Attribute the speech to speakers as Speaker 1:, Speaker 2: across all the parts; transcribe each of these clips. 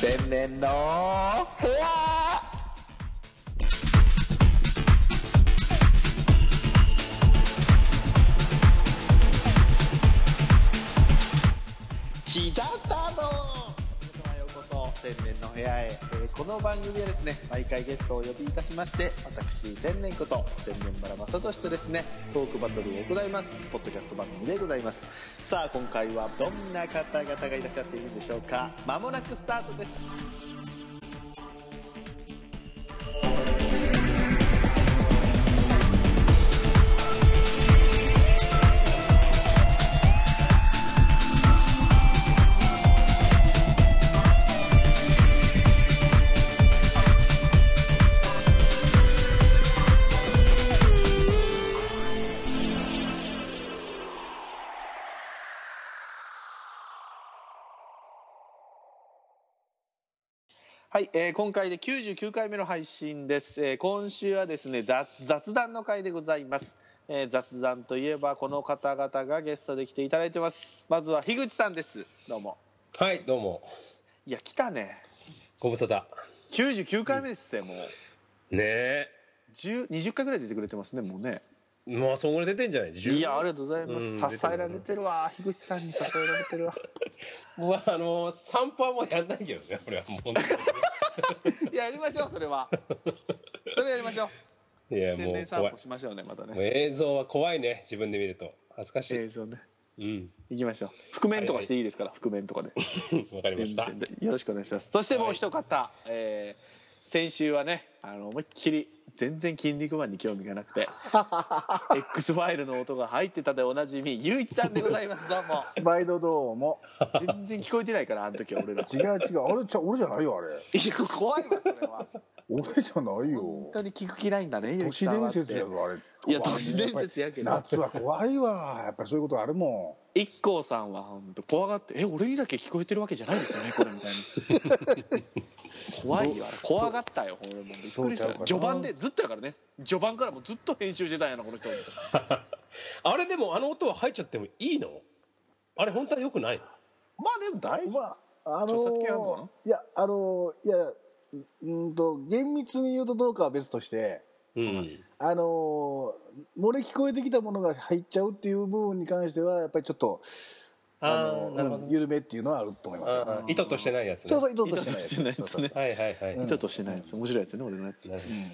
Speaker 1: 天然の部屋木田太郎皆様ようこそ天然の部屋へ、えーこの番組はですね毎回ゲストをお呼びいたしまして私天然こと天然村正俊とですねトークバトルを行いますポッドキャスト番組でございますさあ今回はどんな方々がいらっしゃっているんでしょうかまもなくスタートですはい、えー今回で99回目の配信です、えー今週はですね雑雑談の回でございます、えー雑談といえばこの方々がゲストで来ていただいてますまずは樋口さんですどうも
Speaker 2: はいどうも
Speaker 1: いや来たね
Speaker 2: ご無沙汰
Speaker 1: 99回目ですね、もう
Speaker 2: ねえ
Speaker 1: 10 20回ぐらい出てくれてますねもうね
Speaker 2: まあそんぐらい出てんじゃない
Speaker 1: いやありがとうございま
Speaker 2: うん
Speaker 1: す支えられてるわ樋口さんに支えられてるわ
Speaker 2: もうあの散歩はもうやんないけどね俺はもう本
Speaker 1: いややりましょうそれはそれやりましょう
Speaker 2: 当にいやも
Speaker 1: 天
Speaker 2: う
Speaker 1: 然散
Speaker 2: 怖い
Speaker 1: 歩しましょうねまた
Speaker 2: もう
Speaker 1: ね
Speaker 2: 映像は怖いね自分で見ると恥ずかしい、
Speaker 1: 映像ね
Speaker 2: うん
Speaker 1: 行きましょう覆面とかしていいですから覆面とかで
Speaker 2: わかりま
Speaker 1: 全
Speaker 2: した
Speaker 1: 然でよろしくお願いしますそしてもう一方、えー先週はねあの思いっきり全然「筋肉マン」に興味がなく て X ファイルの音が入ってたでおなじみゆういちさんでございますどうも
Speaker 3: 毎度どうも
Speaker 1: 全然聞こえて ないからあの時は俺ら
Speaker 3: 違う違うあれちゃ俺じゃないよあれ
Speaker 1: いや怖いわそれは
Speaker 3: 俺じゃない
Speaker 1: 本
Speaker 3: よ
Speaker 1: 当に聞く気ないんだねゆ
Speaker 3: 都
Speaker 1: ういち
Speaker 3: 市
Speaker 1: さんは
Speaker 3: 伝
Speaker 1: って
Speaker 3: 説やぞあれ
Speaker 1: いや都市伝説やけど
Speaker 3: っぱり夏は怖いわやっぱりそういうことあるも
Speaker 1: 一 k さんは本当怖がって「え俺にだけ聞こえてるわけじゃないです よねこれ」みたいな怖いよあれ怖がったよ俺もびっくりし
Speaker 3: そうちゃう
Speaker 1: た
Speaker 3: かな
Speaker 1: 序盤でずっとやからね序盤からもうずっと編集してたんやなこの人
Speaker 2: あれでもあの音は入っちゃってもいいのあれ本当はよくないの
Speaker 1: まあでも大
Speaker 3: ん
Speaker 1: 丈
Speaker 3: まああの
Speaker 1: 著作権あんの
Speaker 3: いやあのいやうーんと厳密に言うとどうかは別として
Speaker 2: うん
Speaker 3: あの漏れ聞こえてきたものが入っちゃうっていう部分に関してはやっぱりちょっと
Speaker 2: あー
Speaker 3: の
Speaker 2: なるほど
Speaker 3: うん緩めっていうのはあると思いますよ
Speaker 2: あー意図としてないやつね
Speaker 3: そうそう意図と
Speaker 1: 意図とし
Speaker 3: してて
Speaker 1: な
Speaker 3: ないい
Speaker 1: やつね
Speaker 3: そうそうそう
Speaker 2: はいはいはい、
Speaker 3: う
Speaker 1: 夫
Speaker 3: ん
Speaker 1: 意図としてないやつ面白いやつね俺のやつ
Speaker 2: なるほ
Speaker 3: うん
Speaker 2: うん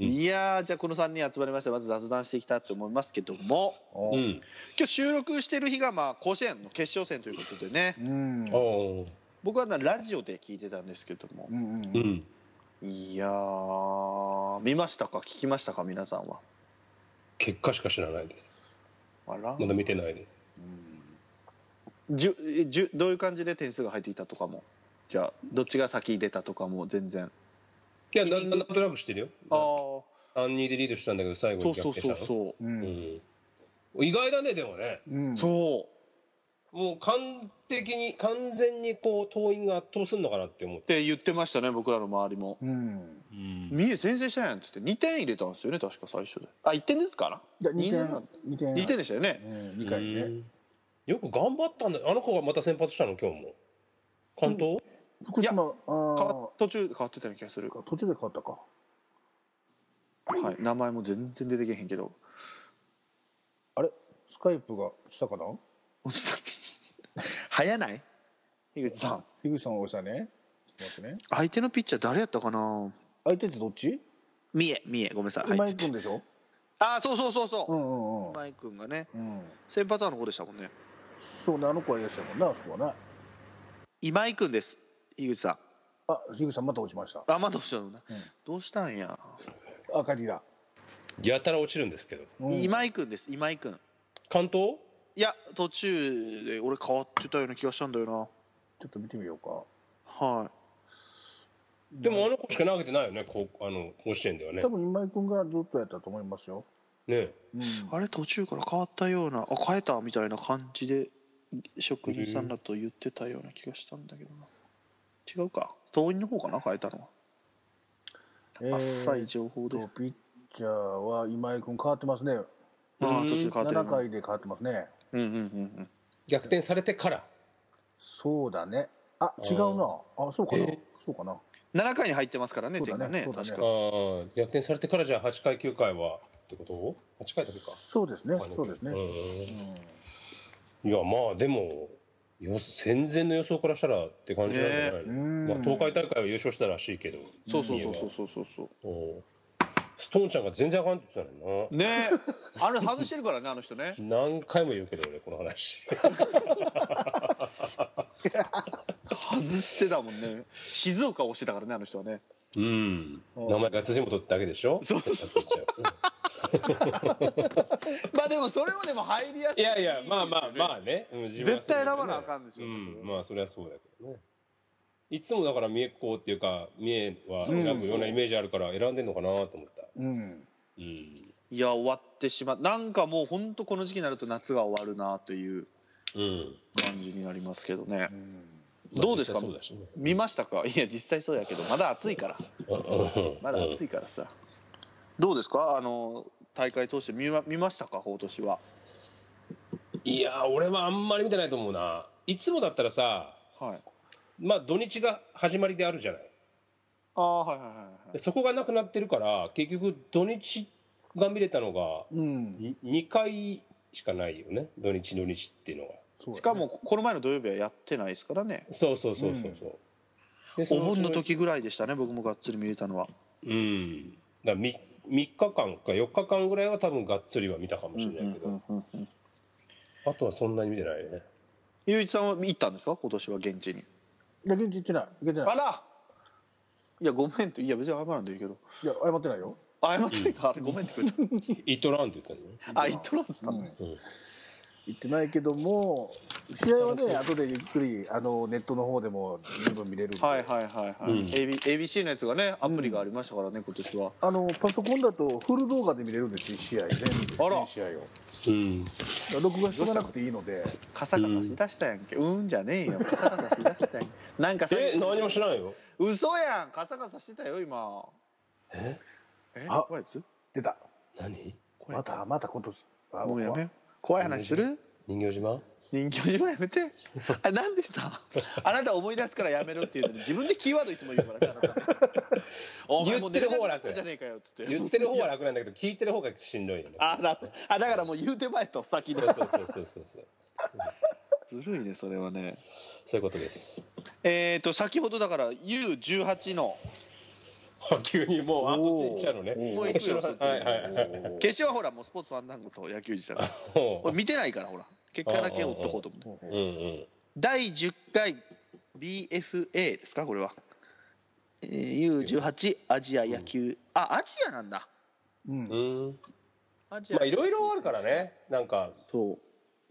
Speaker 1: いやーじゃあこの3人集まりましたまず雑談していきたいと思いますけども
Speaker 2: ど
Speaker 3: お
Speaker 2: う
Speaker 3: うん
Speaker 1: 今日収録してる日がまあ甲子園の決勝戦ということでね
Speaker 3: うん
Speaker 2: おお
Speaker 1: 僕はなラジオで聞いてたんですけども
Speaker 3: うんうん
Speaker 2: ーうん
Speaker 1: いやー見ましたか聞きましたか皆さんは
Speaker 2: 結果しか知らないです
Speaker 1: あら
Speaker 2: まだ見てないです
Speaker 1: じゅえじゅどういう感じで点数が入っていたとかもじゃあどっちが先に出たとかも全然
Speaker 2: いやななんとなく知ってるよ
Speaker 1: ああそ
Speaker 2: 3人でリードしたんだけど最後
Speaker 1: う
Speaker 2: に逆
Speaker 1: そう
Speaker 2: 転した
Speaker 1: そ
Speaker 2: の
Speaker 1: うそう
Speaker 2: うんん、意外だねでもね、
Speaker 3: うん
Speaker 1: うそう
Speaker 2: もう完璧に完全にこう党員が圧倒すんのかなって思っ、
Speaker 1: ってて言ってましたね僕らの周りも
Speaker 3: うん
Speaker 2: うん、
Speaker 1: 三重先制したやんっつって2点入れたんですよね確か最初であ一1点ですか
Speaker 3: いや
Speaker 1: な
Speaker 3: 2
Speaker 1: 2
Speaker 3: 点二
Speaker 1: 点
Speaker 3: 点
Speaker 1: 二点でしたよね
Speaker 3: うん2回ね
Speaker 2: よく頑張ったんだあの子がまた先発したの今日も関東、
Speaker 3: 福島あ
Speaker 1: 変わ
Speaker 3: ー
Speaker 1: っ途中で変わってたような気がする、
Speaker 3: 途中で変わったか
Speaker 1: はい、名前も全然出てけへんけど
Speaker 3: あれスカイプがしたかな
Speaker 1: 落ちた 早ない樋口さん
Speaker 3: 樋口さんが押したねちょっと待ってね
Speaker 1: 相手のピッチャー誰やったかな
Speaker 3: 相手ってどっち
Speaker 1: 三重三重ごめんなさい、
Speaker 3: 今
Speaker 1: はい、
Speaker 3: 井君でしょ
Speaker 1: ああそうそうそう
Speaker 3: う
Speaker 1: そ
Speaker 3: んうんう
Speaker 1: うん今井君がね
Speaker 3: うん
Speaker 1: 先発はあの子でしたもんね
Speaker 3: そうねあの子はやしたもんなあそこはな
Speaker 1: 今井君です樋口さん
Speaker 3: あ樋口さんまた落ちました
Speaker 1: あまだ落ちたのね、
Speaker 3: うん
Speaker 1: どうしたんや、
Speaker 3: あカリラ
Speaker 2: やたら落ちるんですけど
Speaker 3: うん
Speaker 1: 今井君です今井君
Speaker 2: 関東
Speaker 1: いや途中で俺変わってたような気がしたんだよな
Speaker 3: ちょっと見てみようか
Speaker 1: は
Speaker 2: でもあの子しか投げてないよねこうあの甲子園ではね
Speaker 3: 多分今井君がずっとやったと思いますよ
Speaker 2: ね
Speaker 3: うん
Speaker 1: いあれ途中から変わったようなあ変えたみたいな感じで職人さんだと言ってたような気がしたんだけどな違うか党員の方かな変えたのは、
Speaker 3: えー
Speaker 1: 浅い情報で
Speaker 3: とピッチャーは今井君変わってますね
Speaker 1: ああ途中変わってる
Speaker 3: 7
Speaker 1: な
Speaker 3: 回で変わってますね
Speaker 1: うんうんうんうん
Speaker 2: 逆転されてから
Speaker 3: そうだねあ違うなあそうかな、
Speaker 2: え
Speaker 3: そうかな。
Speaker 1: 7回に入ってますからね、
Speaker 3: そうだ
Speaker 1: 点
Speaker 3: ね
Speaker 1: がね、
Speaker 3: そうだね
Speaker 1: 確
Speaker 2: あ
Speaker 1: か。
Speaker 2: ー逆転されてからじゃあ8回9回はってこと8回だけか
Speaker 3: そうですね。そうですね。う
Speaker 2: ね
Speaker 3: ん
Speaker 2: いやまあでもよ戦前の予想からしたらって感じなんじゃないの、
Speaker 3: ね
Speaker 2: まあ、東海大会は優勝したらしいけど
Speaker 1: そうそうそうそうそうそうそ
Speaker 2: うんストーンちゃんが全然あかんって言ってたの
Speaker 1: う。ねえ、あれ外してるからね、あの人ね。
Speaker 2: にな何回も言うけど俺この 話
Speaker 1: 外してたもんね。静岡を押してたからね、あの人はね。
Speaker 2: うん名前が辻元ってだけでしょ
Speaker 1: そうそうまあでも、それもでも入りやすい。
Speaker 2: いやいやまあまあま
Speaker 1: あ。
Speaker 2: あね、うん自分は
Speaker 1: 絶
Speaker 2: そ
Speaker 1: 対選
Speaker 2: うだけど
Speaker 1: ばなあかんでしょ。
Speaker 2: うん、まあそれはそうだけどねいつもだから三重っ子っていうか三重は選ぶようなイメージあるから選んでんのかなと思った
Speaker 3: うん。
Speaker 2: うん
Speaker 1: いや、終わってしまう。なんかもう、本当この時期になると夏が終わるなという
Speaker 2: うん
Speaker 1: 感じになりますけどね
Speaker 3: う。ん
Speaker 1: どうですか
Speaker 2: まあ実際そうだしね
Speaker 1: 見ましたかいや、実際そうやけど、まだ暑いから。まだ暑いからさ。どうですかあの、大会通して見ま見ましたか今年は。
Speaker 2: いやー俺はあんまり見てないと思うないつもだったらさ
Speaker 1: はい。
Speaker 2: まあ土日が始まりであるじゃない
Speaker 1: ああ、はいはいはいはい
Speaker 2: で。そこがなくなってるから結局土日が見れたのが
Speaker 3: うん。
Speaker 2: に2回しかないよね土日土日っていうのが
Speaker 3: そうだね
Speaker 1: しかも、この前の土曜日はやってないですからね。
Speaker 2: そうそうそうそうそう、でそ
Speaker 1: お
Speaker 2: うち
Speaker 1: 盆の時ぐらいでしたね、僕もがっつり見れたのは。
Speaker 2: うんだから 3, 日間か4日間ぐらいは多分がっつりは見たかもしれないけど、あとはそんなに見てないね
Speaker 1: ゆういちさんは行ったんですか、今年は現地に。
Speaker 3: いや、現地行ってない。行けてな
Speaker 1: あ
Speaker 3: い。
Speaker 1: らいや、ごめんって、いや、別に謝らんでいいけど、
Speaker 3: いや、謝ってないよ。
Speaker 1: 謝っていいか、あれ、ごめんってくれた。
Speaker 2: イトランって言ったのね
Speaker 1: あ、行っとらんっつったのね。
Speaker 2: うん
Speaker 3: 行ってないけども、試合はね、後でゆっくり、あの、ネットの方でも十分見れるんで。
Speaker 1: はいはいはいはい、
Speaker 2: うん
Speaker 1: AB。ABC のやつがね、アプリがありましたからね、今年は。
Speaker 3: あの、パソコンだとフル動画で見れるんですよ、試合全部。
Speaker 1: あら
Speaker 3: 全試合を。だか
Speaker 2: うん、
Speaker 3: ら録画しとかなくていいので。
Speaker 1: カサカサしだしたやんけ。うんじゃねえよ。カサカサしだしたや ん。なんかさ、
Speaker 2: え何もしないよ
Speaker 1: 嘘やん。カサカサしてたよ、今。
Speaker 2: え
Speaker 1: え
Speaker 3: あ
Speaker 1: 怖いやつ
Speaker 3: 出た。
Speaker 2: 何
Speaker 1: 怖い
Speaker 3: ま
Speaker 1: やつ
Speaker 3: た、また今年。あ
Speaker 1: もうやめ
Speaker 3: 怖
Speaker 1: よ。
Speaker 3: いう
Speaker 1: 怖い話する
Speaker 2: 人形島
Speaker 1: 人形島やめ てあなんでさあなた思い出すからやめろっていうのに自分でキーワードいつも言うから ねあなたお前もう寝れなくなったじゃねえかよっつって
Speaker 2: 言ってる方は楽なんだけど聞いてる方がしんどいよね
Speaker 1: あだあだからもう言うてまえと先
Speaker 2: そ
Speaker 1: の
Speaker 2: うそうそうそうそうそう
Speaker 1: ずるいねそれはね
Speaker 2: そういうことです
Speaker 1: えっ、ー、と先ほどだから U18 の
Speaker 2: 急にもうあそっち行っちゃうのね
Speaker 1: もう行くよそっち
Speaker 2: はいはいはい
Speaker 1: 決勝はほらもうスポーツファンダンゴと野球児さんが俺見てないからほら結果だけ追っとこうと思って
Speaker 2: うんうん
Speaker 1: 第10回 BFA ですかこれは、えー、U18 アジア野球、あアジアなんだ
Speaker 3: うん。
Speaker 2: うん
Speaker 1: アジア
Speaker 2: まあいろいろあるからねなんか
Speaker 1: そ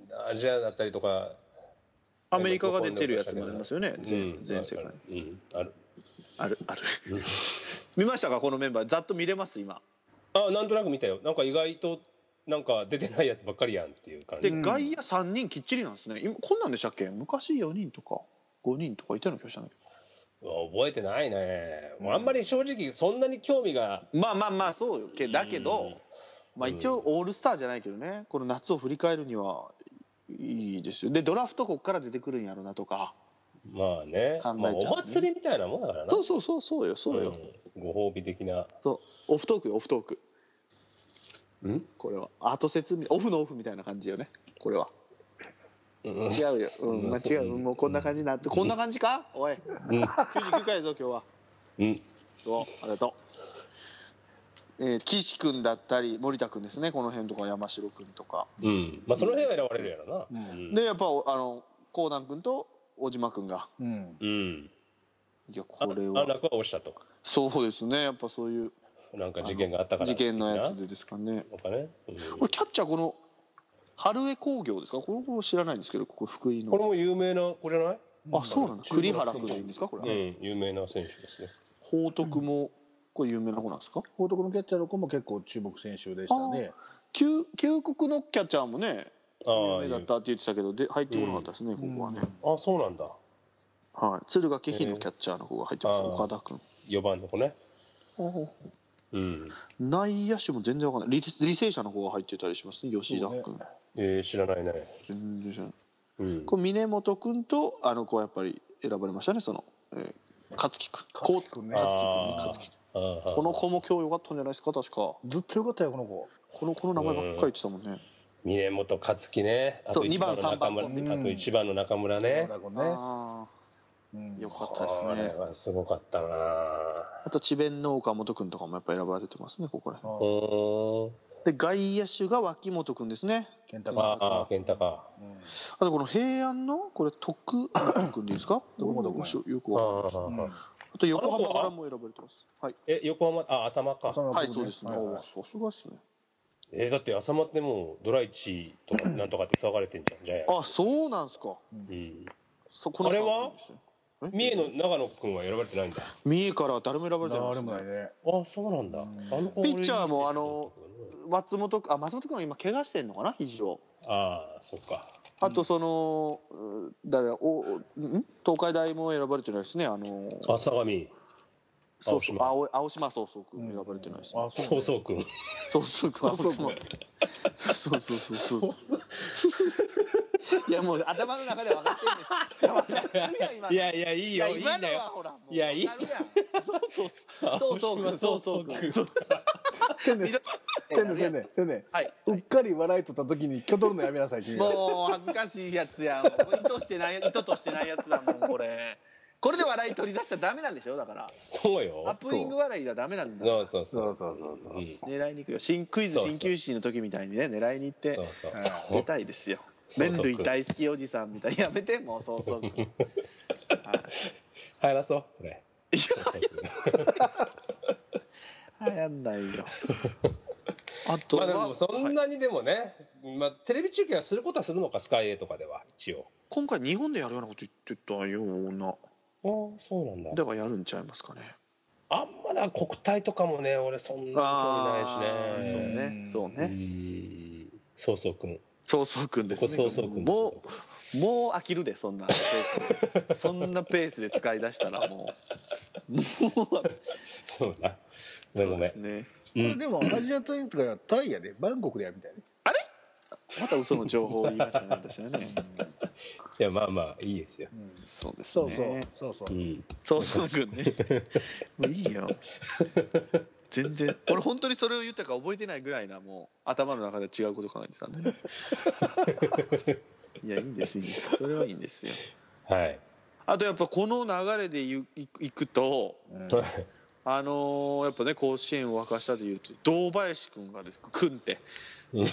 Speaker 1: う
Speaker 2: アジアだったりとか
Speaker 1: アメリカが出てるやつもありますよね、
Speaker 2: う
Speaker 1: 全
Speaker 2: ん
Speaker 1: 全世界
Speaker 2: あ。るうんある
Speaker 1: ある、ある。 見ましたか、このメンバー、ざっと見れます、今。
Speaker 2: あなんとなく見たよなんか意外となんか出てないやつばっかりやんっていう感
Speaker 1: で、
Speaker 2: じ
Speaker 1: 外野3人きっちりなんですね、今、こんなんでしたっけ、昔4人とか5人とかいたような気がしたんだけ
Speaker 2: 覚えてないねもうあんまり正直そんなに興味が
Speaker 1: ど、まあまあまあ、そうよけ、だけど、まあ、一応、オールスターじゃないけどね、この夏を振り返るにはいいですよ、で、ドラフト、ここから出てくるんやろなとか、
Speaker 2: まあね
Speaker 1: 考えちゃうね
Speaker 2: まあお祭りみたいなもんだからな
Speaker 1: そうそうそう、そうよ、そうよ、
Speaker 2: うんご褒美的な
Speaker 1: そう、オフトークよ、オフトーク、
Speaker 2: うん
Speaker 1: これは、後説、オフのオフみたいな感じよね、これは。
Speaker 2: うん
Speaker 1: 違 うよ、うん、間違う、もうこんな感じになって、こんな感じかおい、99回やぞ今日は
Speaker 2: うん
Speaker 1: どうありがとう、えー、岸君だったり森田君ですねこの辺とか山城君とか
Speaker 2: うんまあその辺は選ばれるやろなうん
Speaker 1: でやっぱおあのコーナン君と小島君が
Speaker 3: うん。
Speaker 2: うん
Speaker 1: いやこ
Speaker 2: 安
Speaker 1: れ
Speaker 2: 楽
Speaker 1: は
Speaker 2: は落ちたと
Speaker 1: そうですねやっぱそういう
Speaker 2: なんか事件があったから
Speaker 1: 事件のやつ
Speaker 2: 的
Speaker 1: でですかね
Speaker 2: なのかねうん
Speaker 1: これキャッチャーこの春江工業ですかこれ知らないんですけどここ福井
Speaker 2: これ
Speaker 1: の
Speaker 2: も有名な子じゃない
Speaker 1: あそうなんだ栗原君でいいんですかこれは、
Speaker 2: うん有名な選手ですね
Speaker 1: 報徳もこれ有名な子なんですか
Speaker 3: 報徳のキャッチャーの子も結構注目選手でしたね。
Speaker 1: 旧旧国のキャッチャーもね
Speaker 2: あ
Speaker 1: 有名だったって言ってたけどで入ってこなかったですね、ここはね、
Speaker 2: ああそうなんだ
Speaker 1: はい、敦賀気比のキャッチャーの方が入ってます、
Speaker 2: えー
Speaker 1: 岡田君
Speaker 2: 4番の子ねうん
Speaker 1: 内野手も全然わかんない履履正社の方が入ってたりしますね吉田君、
Speaker 2: えー知らないね
Speaker 1: 全然知らない
Speaker 2: うん
Speaker 1: これ峰本君とあの子はやっぱり選ばれましたねその、えー勝木君
Speaker 3: 勝木君ね
Speaker 1: 勝木君ね
Speaker 2: あー
Speaker 1: 勝木君
Speaker 2: あー
Speaker 1: この子も今日良かったんじゃないですか確か
Speaker 3: ずっとよかったよこの子
Speaker 1: この子の名前ばっかり言ってたもんね
Speaker 2: 峰本勝樹ねあ
Speaker 1: そ
Speaker 2: と
Speaker 1: う
Speaker 2: 1番の
Speaker 1: 二番
Speaker 2: 中
Speaker 1: 三
Speaker 2: 村、
Speaker 3: 番と
Speaker 2: あと1番の中村ね
Speaker 3: この子ね
Speaker 1: あ
Speaker 3: うん
Speaker 1: あよかったです
Speaker 2: これ
Speaker 1: ね
Speaker 2: はすごかったな
Speaker 1: あと智弁の岡本君とかもやっぱ選ばれてますねここら
Speaker 3: う
Speaker 2: うんーん
Speaker 1: 辺で外野手が脇本君ですね
Speaker 3: 健太
Speaker 1: ま
Speaker 3: か
Speaker 2: ああ健太か
Speaker 3: うん
Speaker 1: あとこの平安のこれ徳本君でいいですか
Speaker 3: 徳本君
Speaker 1: よくよく
Speaker 2: あ
Speaker 1: わかんない
Speaker 2: ー、
Speaker 3: うん
Speaker 1: あと横浜からも選ばれてますはい
Speaker 2: え横浜あ浅間か
Speaker 3: その子ね
Speaker 1: はいそうですね
Speaker 3: はい
Speaker 1: おーさすがですね
Speaker 2: えーだって浅間ってもうドライチとかなんとかって騒がれてんじゃんジャイアンツ
Speaker 1: あそうなんすか
Speaker 2: うん
Speaker 1: そこの
Speaker 2: あれは
Speaker 1: 三人ですねえ
Speaker 2: 三重の長野君は選ばれてないんだ
Speaker 1: 三重から誰も選ばれてないで
Speaker 3: 誰
Speaker 1: す
Speaker 3: もない
Speaker 1: ね
Speaker 3: ね
Speaker 2: あそうなんだ
Speaker 3: うん
Speaker 2: あの子
Speaker 1: ピッチャーも
Speaker 2: 俺
Speaker 1: あの松本君あ松本君は今怪我してんのかな肘を
Speaker 2: ああそっか
Speaker 1: あとその、う誰おん東海大も選ばれてないですねあの
Speaker 2: あ相模
Speaker 1: そうそう
Speaker 2: 青
Speaker 1: 青青島曹操君選ばれてないですね
Speaker 3: あ
Speaker 2: そう
Speaker 3: う
Speaker 2: そう君
Speaker 1: 曹操君青島そうそうそうそうそういやもう頭の中で分かってんねん分かるやん今の
Speaker 2: いやいやいいよいいん
Speaker 1: 今の
Speaker 2: だ
Speaker 1: は
Speaker 2: よ
Speaker 1: ほらもう
Speaker 2: いやいい
Speaker 1: 分かるやんそうそうそう曹操 君曹操君
Speaker 2: そう
Speaker 3: せんねせんねせんねせんね
Speaker 1: はい、
Speaker 3: うっかり笑いとった時にきょとるのやめなさい君は
Speaker 1: もう恥ずかしいやつやん意図してない意図としてないやつだもんこれこれで笑い取り出しちゃダメなんでしょだからア
Speaker 2: そう
Speaker 1: ッ
Speaker 2: よ
Speaker 1: プイング笑いじゃダメなんだ
Speaker 2: そうそうそ
Speaker 3: そううそうそう
Speaker 2: うん
Speaker 3: そう
Speaker 1: 狙いに行くよ新クイズ
Speaker 2: そうそう
Speaker 1: 鍼灸師の時みたいにね狙いに行って
Speaker 2: そうそう
Speaker 3: はい
Speaker 2: そ
Speaker 1: 出
Speaker 2: う
Speaker 1: たいですよ
Speaker 2: そう
Speaker 1: 麺
Speaker 2: そう
Speaker 1: 類大好きおじさんみたいにやめてもうそう そうはい
Speaker 2: 入らそうこれ
Speaker 1: い
Speaker 2: そうそう
Speaker 1: や流行んないよ あと
Speaker 2: まあ
Speaker 1: は、
Speaker 2: でもそん
Speaker 1: はい
Speaker 2: なにでもね、まあ、テレビ中継はすることはするのかスカイ A とかでは一応
Speaker 1: 今回日本でやるようなこと言ってたような
Speaker 2: ああそうなん
Speaker 1: だからやるんちゃいますかね
Speaker 2: あんまだ国体とかもね俺そんなに興味ないし
Speaker 1: そう
Speaker 2: ね
Speaker 1: ねそう
Speaker 2: う
Speaker 1: ね
Speaker 2: んそうそうくん
Speaker 1: 曹操君ですね
Speaker 2: ここ曹操君で
Speaker 1: も
Speaker 2: す
Speaker 1: うもう飽きるでそんなペー スでそんなペースで使い出したらもうもう
Speaker 2: そうだごめんごめん
Speaker 1: そうですね
Speaker 3: こ
Speaker 2: うん
Speaker 3: れでもアジア大会がタイやでバンコクでやるみたいね
Speaker 1: また嘘の情報を言いましたね私はね
Speaker 2: いやまあまあいいですよ
Speaker 3: うん
Speaker 1: そうです
Speaker 3: そう
Speaker 1: ね。
Speaker 3: そうそうそううん
Speaker 1: そうそうくんね。もういいよ。全然。俺本当にそれを言ったか覚えてないぐらいな、もう頭の中で違うこと考えてたん で。いや、いいんです、いいんです。それはいいんですよ。
Speaker 2: はい
Speaker 1: あとやっぱこの流れでいくいくと、
Speaker 3: うん
Speaker 1: あのーやっぱね、甲子園を沸かしたというと、堂林くんがです、くんって、
Speaker 2: うん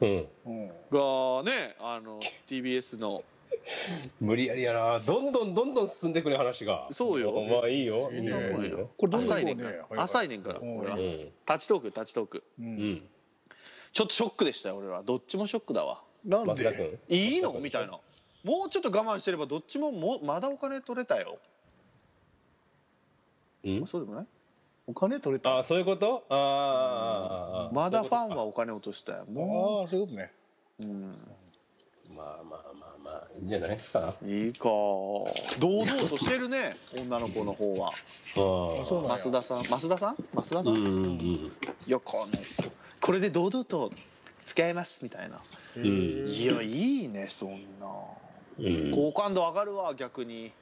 Speaker 3: うん
Speaker 1: がね、あの、TBS の、
Speaker 2: 無理やりやなどんどんどんどん進んでくる話が
Speaker 1: そうよ
Speaker 2: まあいいよいいよ
Speaker 3: いい
Speaker 2: い
Speaker 3: ね
Speaker 2: いよ
Speaker 3: これどんどん
Speaker 1: 浅い
Speaker 3: 行こ
Speaker 1: ね
Speaker 3: うん
Speaker 1: か
Speaker 3: ね
Speaker 1: ら、浅いねんから、
Speaker 3: うん
Speaker 1: これ
Speaker 2: う
Speaker 1: は。
Speaker 2: ん
Speaker 1: タッチトーク、タッチトーク。
Speaker 3: う
Speaker 2: うんん
Speaker 1: ちょっとショックでしたよ俺はどっちもショックだわ
Speaker 3: なん
Speaker 2: 増田
Speaker 3: で
Speaker 2: 君
Speaker 1: いいのみたいなもうちょっと我慢してればどっちももうまだお金取れたよ
Speaker 2: うん
Speaker 1: そうでもない
Speaker 3: お金取れた
Speaker 2: あ
Speaker 3: あ
Speaker 2: あそういうことあーあーあーあー
Speaker 1: まだファン
Speaker 2: そ
Speaker 1: はお金落としたよ
Speaker 3: あ
Speaker 1: も
Speaker 3: ーそういうことね
Speaker 1: う、うん、
Speaker 2: ういうことかまあまあまあまあいいんじゃないですかあ
Speaker 1: いいか堂々としてるね女の子の方は
Speaker 2: あ
Speaker 3: あそうなんや
Speaker 1: 増田さん増田さん増田さん、
Speaker 2: うんう
Speaker 1: い
Speaker 2: ん
Speaker 1: やこのこれで堂々と付き合いますみたいな
Speaker 3: へ
Speaker 2: ん
Speaker 1: い
Speaker 3: ー
Speaker 1: やいいねそんな
Speaker 2: うんうん
Speaker 1: 好感度上がるわ逆に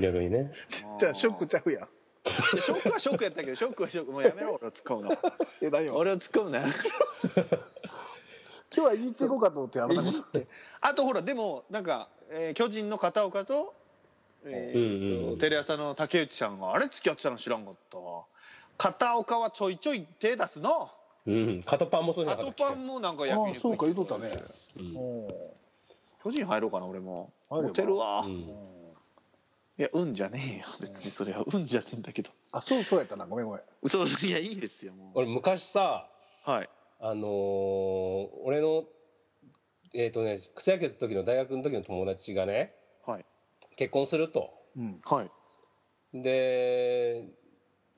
Speaker 2: 逆にね
Speaker 3: じゃあショックちゃうやん
Speaker 1: いやショックはショックやったけどショックはショックもうやめろ俺を突っ込むの
Speaker 3: え何よ
Speaker 1: 俺を突っ込むな
Speaker 3: 今日はいじっていこうかと思ってやめたこと
Speaker 1: あとほらでもなんか、えー巨人の片岡と,、えー
Speaker 2: うんうんう
Speaker 1: と
Speaker 2: ん
Speaker 1: テレ朝の竹内さんがあれ付き合ってたの知らんかったわ片岡はちょいちょい手出すの
Speaker 2: うんカトパンもそうじゃ
Speaker 1: カ
Speaker 2: なか
Speaker 1: ト
Speaker 2: った
Speaker 1: パ
Speaker 2: っ
Speaker 1: ンもなんか
Speaker 3: あ
Speaker 1: 焼
Speaker 3: あそうか言うとったね
Speaker 2: けうん
Speaker 3: お
Speaker 1: 巨人入ろうかな俺も
Speaker 3: 入れば
Speaker 1: モテるわ、
Speaker 2: う
Speaker 1: い
Speaker 2: ん
Speaker 1: や運じゃねえよ別にそれは運じゃねえんだけど
Speaker 3: あそうそうやったなごめんごめん
Speaker 1: そうそういやいいですよもう
Speaker 2: 俺昔さ
Speaker 1: はい
Speaker 2: あのー俺のえっ、とね草野球やった時の大学の時の友達がね
Speaker 1: はい
Speaker 2: 結婚すると
Speaker 3: うん
Speaker 1: はい
Speaker 2: で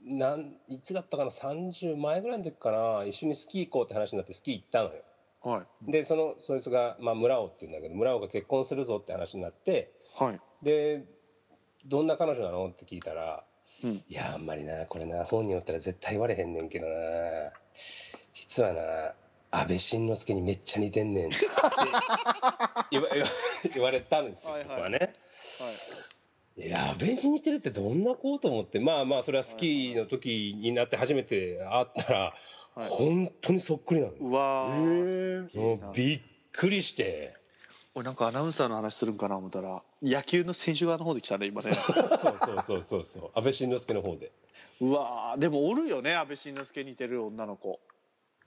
Speaker 2: なんいつだったかな30前ぐらいの時かな一緒にスキー行こうって話になってスキー行ったのよ
Speaker 1: はい
Speaker 2: でそのそいつが、まあ、村尾っていうんだけど村尾が結婚するぞって話になって
Speaker 1: はい
Speaker 2: でどんな彼女なのって聞いたら
Speaker 1: うん
Speaker 2: いやあんまりなこれな本人おったら絶対言われへんねんけどな実はな安倍晋之助にめっちゃ似てんねん って言わ言わ言われたんですよ、
Speaker 1: はいはい
Speaker 2: 僕はね
Speaker 1: はい
Speaker 2: いや、アベンジ似てるってどんな子と思って、まあまあ、それはスキーの時になって初めて会ったら、
Speaker 1: はい
Speaker 2: 本当にそっくりなのよ。
Speaker 1: うわ
Speaker 3: え
Speaker 1: ー、
Speaker 3: ー、
Speaker 2: もうびっくりして。
Speaker 1: 俺なんかアナウンサーの話するんかな思ったら野球の選手側の方で来たね今ね
Speaker 2: そうそうそうそうそう。安倍晋之助の方で。
Speaker 1: うわーでもおるよね安倍晋之助に似てる女の子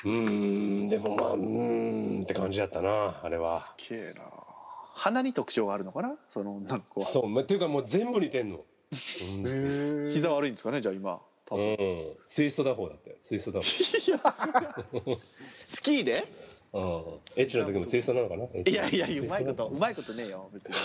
Speaker 2: うーん、でもまあ、うーんって感じだったな、あれは。
Speaker 1: きれいな鼻に特徴があるのかなその女の子は
Speaker 2: そう、まあ、っていうかもう全部似てんの。
Speaker 3: えー、
Speaker 1: 膝悪いんですかねじゃあ今多
Speaker 2: う
Speaker 1: 分、
Speaker 2: ん。ツイスト打法だったよ。ツイスト打
Speaker 1: スキーで
Speaker 2: 法。うん。エッチの時もツイストなのかない
Speaker 1: いやいやうまいことうまいことねえよ 別に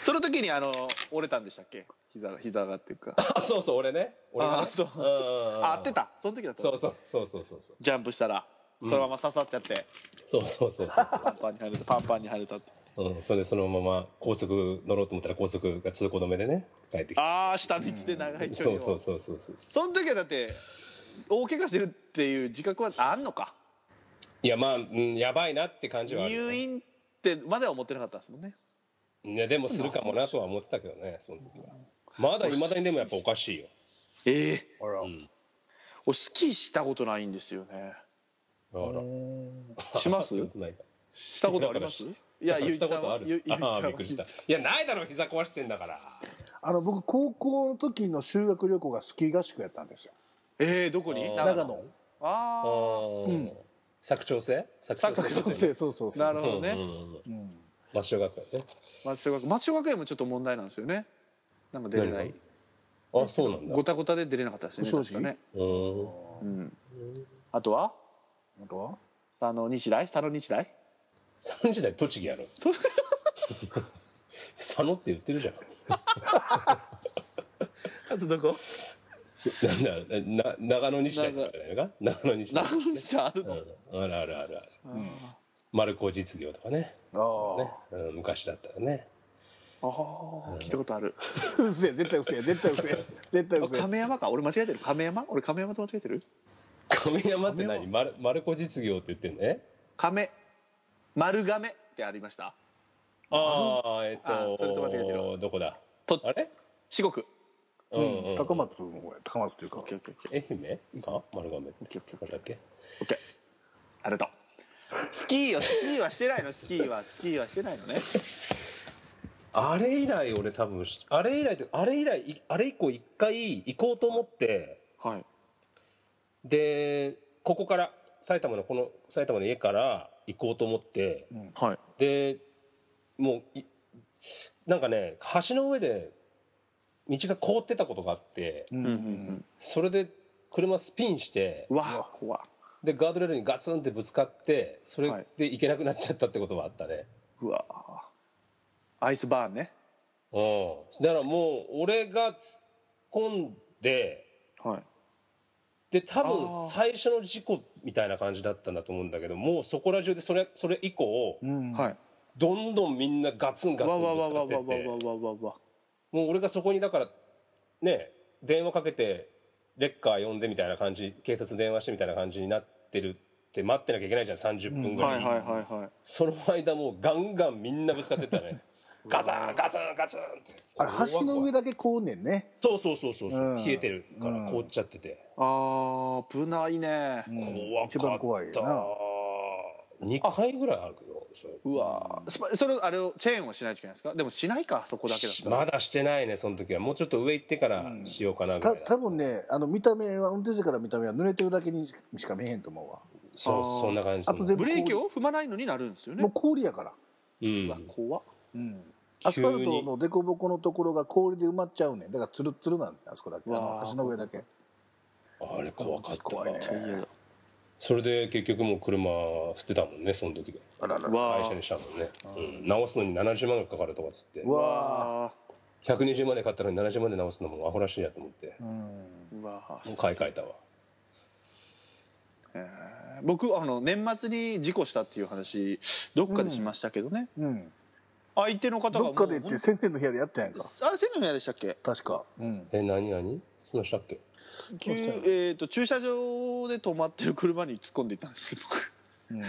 Speaker 1: その時にあの折れたんでしたっけ膝が膝がっていうか
Speaker 2: あ、そうそう、俺ね。俺がね
Speaker 1: あそう
Speaker 2: うんうんうん
Speaker 1: あ合ってたその時だった
Speaker 2: そうそうそうそうそうそう。
Speaker 1: ジャンプしたら
Speaker 2: うん
Speaker 1: そのまま刺さっちゃって、
Speaker 2: そうそうそうそう
Speaker 1: パンパンに跳ねたパンパンに跳ねたって
Speaker 2: そう。うん。それでそのまま高速乗ろうと思ったら高速が通行止めでね、帰ってきた。
Speaker 1: ああ下道で長い距離
Speaker 2: そ
Speaker 1: を
Speaker 2: うそうそうそうそう。
Speaker 1: その時はだって大怪我してるっていう自覚はあんのか
Speaker 2: いや、まあ、うん、やばいなって感じはあるよ
Speaker 1: 入
Speaker 2: ね、
Speaker 1: 院ってまでは思ってなかったですもんね
Speaker 2: いや、でもするかもなとは思ってたけどね、その時は。まだいまだにでもやっぱおかしいよ。
Speaker 1: ええ
Speaker 3: あら、
Speaker 2: うん。
Speaker 1: 俺スキーしたことないんですよ ね
Speaker 2: だから。
Speaker 1: します
Speaker 2: よくないか
Speaker 1: したことあります
Speaker 2: だ
Speaker 1: い
Speaker 2: か
Speaker 1: や
Speaker 2: 言
Speaker 1: ゆ
Speaker 2: っ
Speaker 1: う
Speaker 2: た
Speaker 1: じさ
Speaker 2: こ
Speaker 1: ん
Speaker 2: とあ
Speaker 1: はゆゆう
Speaker 2: る
Speaker 1: じさん
Speaker 2: あ
Speaker 1: は
Speaker 2: あびっくりしたいやないだろ膝壊してんだから
Speaker 3: あの僕高校の時の修学旅行がスキー合宿やったんですよ
Speaker 1: ええどこに
Speaker 2: あー
Speaker 3: 長野
Speaker 2: う
Speaker 1: あ
Speaker 2: ん佐久長聖佐久
Speaker 1: 佐久長
Speaker 2: 聖
Speaker 3: そうそうそう
Speaker 1: あなる
Speaker 2: う
Speaker 1: ほど
Speaker 2: んう
Speaker 1: ね、
Speaker 2: んうん
Speaker 3: うん
Speaker 2: 抹消学園ね
Speaker 1: 松小学松小学園もちょっと問題なんですよねなんか出れない
Speaker 2: あそうなんだ
Speaker 1: ごたごたで出れなかったですね
Speaker 3: そう
Speaker 1: 確かね、
Speaker 2: うーん
Speaker 1: うん、あとは
Speaker 3: あとは
Speaker 1: 佐野日大佐野日大
Speaker 2: 3時代 栃木やろ佐野って言ってるじゃん
Speaker 1: あとどこ
Speaker 2: なんだな長野西大とかじゃないのか長野西大
Speaker 1: 長野日大ある
Speaker 2: う
Speaker 1: の、
Speaker 2: んあるあるあるある
Speaker 1: うん
Speaker 2: 丸高実業とかね
Speaker 3: ああ、
Speaker 2: ねうん昔だったらね
Speaker 1: ああ聞いたことある
Speaker 3: うせえ絶対うせえ絶対うせえ絶対うせえ
Speaker 1: 亀山か俺間違えてる亀山俺亀山と間違えてる
Speaker 2: 亀山って何丸丸子実業って言ってんのね
Speaker 1: 亀丸亀ってありました
Speaker 2: ああえっ
Speaker 1: あ
Speaker 2: と
Speaker 1: それと間違えてるわ
Speaker 2: どこだ
Speaker 1: と
Speaker 2: あれ
Speaker 1: 四国
Speaker 2: う
Speaker 3: うん高松の方や高松というか
Speaker 1: オッケーオッケーオッケー
Speaker 2: 愛媛か丸亀って
Speaker 1: ケーオッケーオッケー
Speaker 2: なんだっけ
Speaker 1: オッケーありがとうスキーよスキーはしてないのスキーはスキーはしてないのね
Speaker 2: あれ以来俺多分しあれ以来ってあれ以来いあれ以降一回行こうと思って
Speaker 1: はい
Speaker 2: でここから埼玉のこの埼玉の家から行こうと思って
Speaker 1: はい
Speaker 2: でもういなんかね橋の上で道が凍ってたことがあって
Speaker 3: うん
Speaker 1: うんうんうん
Speaker 2: それで車スピンして
Speaker 1: うわ怖っ
Speaker 2: でガードレールにガツンってぶつかってそれ
Speaker 1: はい
Speaker 2: で行けなくなっちゃったってことはあったね、
Speaker 1: うわアイスバーンね
Speaker 2: うん、だからもう俺が突っ込んで
Speaker 1: はい
Speaker 2: で多分
Speaker 1: あー
Speaker 2: 最初の事故みたいな感じだったんだと思うんだけどもうそこら中でそれそれ以降
Speaker 3: うん
Speaker 1: はいい
Speaker 2: どんどんみんなガツンガツ
Speaker 1: わ
Speaker 2: ン
Speaker 1: わ
Speaker 2: ぶ
Speaker 1: わ
Speaker 2: つか
Speaker 1: わわわ
Speaker 2: っ
Speaker 1: わ
Speaker 2: てって
Speaker 1: わわわ
Speaker 2: もう俺がそこにだからね電話かけてレッカー呼んでみたいな感じ警察電話してみたいな感じになってるって待ってなきゃいけないじゃん30分ぐらい、
Speaker 1: はいはいはいはい
Speaker 2: その間もうガンガンみんなぶつかってった ねガツンガツンガツンって
Speaker 3: あれ橋の上だけ凍んねんね
Speaker 2: そうそうそうそうそう、
Speaker 3: うん
Speaker 2: 冷えてるから
Speaker 3: うん
Speaker 2: 凍っちゃってて、
Speaker 1: あー危ないね
Speaker 2: 怖かった
Speaker 3: 一番怖いよ
Speaker 2: 2回ぐらいあるけどそれ
Speaker 1: うわースパそれあれをチェーンをしないといけないですかでもしないかそこだけだったら
Speaker 2: まだしてないねその時はもうちょっと上行ってからしようかな
Speaker 3: な
Speaker 2: ぐらい
Speaker 3: た
Speaker 2: だ
Speaker 3: 多分ねあの見た目は運転手から見た目は濡れてるだけにしか見えへんと思うわ
Speaker 2: そ
Speaker 1: あ
Speaker 2: う
Speaker 1: ー
Speaker 2: そんな感じ
Speaker 3: あと全部
Speaker 1: ブレーキを踏まないのになるんですよね
Speaker 3: もう氷やから、
Speaker 2: う
Speaker 1: うわ
Speaker 2: ん
Speaker 1: 怖っ
Speaker 3: うん、アスファルトの凸凹のところが氷で埋まっちゃうねんだからツルツルなんだよあそこだけあ
Speaker 1: わあ
Speaker 3: の橋の上だけ
Speaker 2: あれ怖かった
Speaker 3: 怖いね
Speaker 1: 最悪だ
Speaker 2: それで結局もう車捨てたもんねその時で
Speaker 3: あらら
Speaker 1: わ
Speaker 2: 会
Speaker 1: ー
Speaker 2: 社にしたもんね、うん、直すのに70万がかかるとかっつって
Speaker 3: うわ
Speaker 1: わ
Speaker 2: 120万で買ったのに70万で直すのもアホらしいやと思って
Speaker 3: ーうん
Speaker 1: ーうわー
Speaker 2: もう買い替えたわ
Speaker 1: えー僕あの年末に事故したっていう話どっかでしましたけどね、
Speaker 3: うん
Speaker 1: 相手の方が
Speaker 3: ど
Speaker 1: も
Speaker 3: っ
Speaker 1: う
Speaker 3: かで行って宣伝の部屋でやったやんか
Speaker 1: あれ千の部屋でしたっけ
Speaker 3: 確かうん
Speaker 2: え何何そんなんしたっけ
Speaker 1: 急えー、と駐車場で止まってる車に突っ込んでいったんです僕
Speaker 3: うん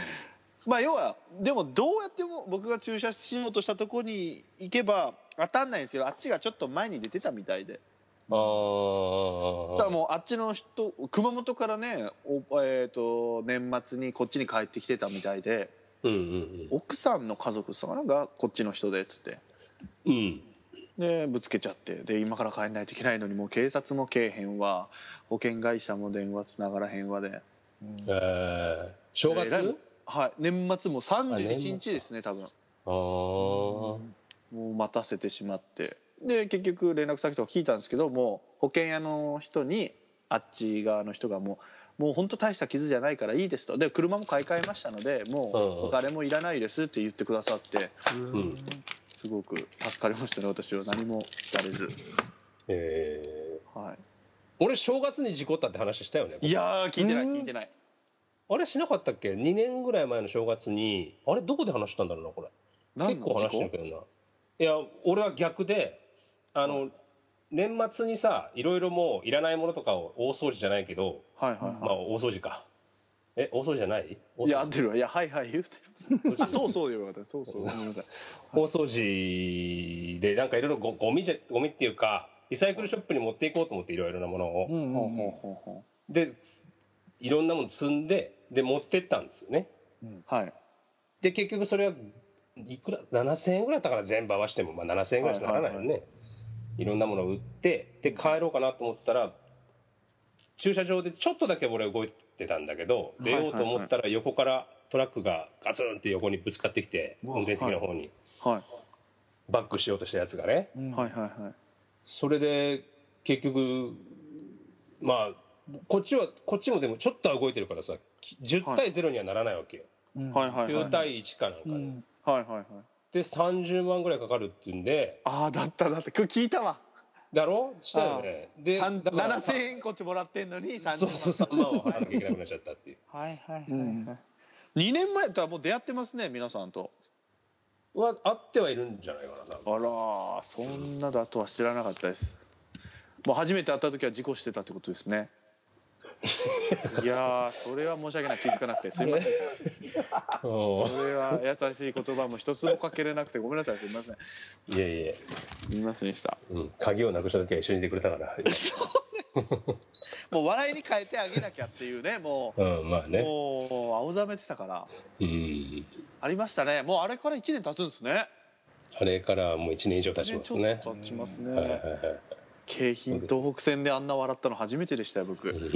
Speaker 1: まあ要はでもどうやっても僕が駐車しようとしたとこに行けば当たんないんですけどあっちがちょっと前に出てたみたいでだから
Speaker 2: ああ。
Speaker 1: もうあっちの人熊本からねお、えー、と年末にこっちに帰ってきてたみたいで
Speaker 2: うんうん
Speaker 1: 奥さんの家族さんがこっちの人でっつって
Speaker 2: うん。うん。
Speaker 1: でぶつけちゃってで今から帰んないといけないのにもう警察もけえへんわ保険会社も電話つながらへんわで
Speaker 2: えー、正
Speaker 1: えらい
Speaker 2: 月
Speaker 1: はい年末も31
Speaker 2: あ年
Speaker 1: 日
Speaker 2: 末
Speaker 1: ですね多分
Speaker 2: ああ。
Speaker 1: もう待たせてしまってで結局連絡先とか聞いたんですけどもう保険屋の人にあっち側の人がもうもう本当大した傷じゃないからいいですとで車も買い替えましたので
Speaker 2: うんう
Speaker 1: も
Speaker 2: ん
Speaker 1: うお金もいらないですって言ってくださって
Speaker 2: うん。
Speaker 1: すごく助かりましたね私は何も言われず、
Speaker 2: えー、
Speaker 1: は
Speaker 2: 俺、正月に事故ったって話したよね。
Speaker 1: い、いやー聞いてない
Speaker 3: うん
Speaker 1: 聞いてない
Speaker 2: あれしなかったっけ ?2 年ぐらい前の正月に、あれどこで話したんだろうな、これ。
Speaker 1: 何
Speaker 2: 結
Speaker 1: の
Speaker 2: 構話してるけどな。いや、俺は逆で、あの、年末にさ、いろいろもういらないものとかを大掃除じゃないけど、
Speaker 1: はいはい
Speaker 2: まあ
Speaker 1: は
Speaker 2: 大掃除か。え、大掃除じゃない
Speaker 1: い、
Speaker 2: 大
Speaker 1: いや合
Speaker 2: 掃
Speaker 1: っ
Speaker 2: 除
Speaker 1: てるわいやはいはい言うて
Speaker 2: どっち
Speaker 1: あそうそうよかったそうそうごめんなさい
Speaker 2: 大掃除で、なんかいろいろごゴミじゃ、ゴミっていうか、リサイクルショップに持っていこうと思っていろいろなものを。
Speaker 3: うん
Speaker 1: ほう
Speaker 3: うん
Speaker 1: ほうほうほ
Speaker 2: で、ついろんなもの積んで、で、持ってったんですよね。
Speaker 1: うはい
Speaker 2: で、結局それはいくら、7000円ぐらいだったから全部合わせても、まあ7000円ぐらいしかならないよね。
Speaker 1: はい
Speaker 2: ろんなものを売って、で、帰ろうかなと思ったら、駐車場でちょっとだけ俺動いてたんだけど、出ようと思ったら横からトラックがガツンって横にぶつかってきて、
Speaker 3: うわ
Speaker 2: 運転席の方に
Speaker 1: は
Speaker 2: バックしようとしたやつがね。
Speaker 3: うん
Speaker 1: いはいはいはい
Speaker 2: それで結局まあこっちはこっちもでもちょっとは動いてるからさき10対0にはならないわけよ、
Speaker 3: うん
Speaker 1: はいはいはい
Speaker 2: 9対1かなんか
Speaker 3: う
Speaker 2: で,、
Speaker 3: ん
Speaker 1: はいはいはい
Speaker 2: で30万ぐらいかかるっていうんで
Speaker 1: ああだっただってこれ聞いたわ
Speaker 2: だろしたよねで
Speaker 1: 三
Speaker 2: だから
Speaker 1: 7000円こっちもらってんのに30万
Speaker 2: そうそう3万を払わなきゃいけなくなっちゃったっていう
Speaker 1: はいはいはい、はい
Speaker 3: うん
Speaker 1: 2年前とはもう出会ってますね皆さんと
Speaker 2: はあってはいるんじゃないかな
Speaker 1: あらーそんなだとは知らなかったですもう初めて会った時は事故してたってことです ねいやーそれは申し訳ない気づかなくてすいません
Speaker 2: う
Speaker 1: それは優しい言葉も一つもかけれなくてごめんなさいすいません
Speaker 2: んいやいや、
Speaker 1: すいませんでした
Speaker 2: うん、鍵をなくした時は一緒にいてくれたから
Speaker 1: もう笑いに変えてあげなきゃっていうねも
Speaker 2: うんまあ
Speaker 1: う、
Speaker 2: ね
Speaker 1: もう青ざめてたから
Speaker 2: うん
Speaker 1: ありましたねもうあれから1年経つんですね
Speaker 2: あれからもう1年以上経ちますね
Speaker 1: ちょっと経ちますね、
Speaker 2: はいはいはい
Speaker 1: 京浜東北線であんな笑ったの初めてでしたよ僕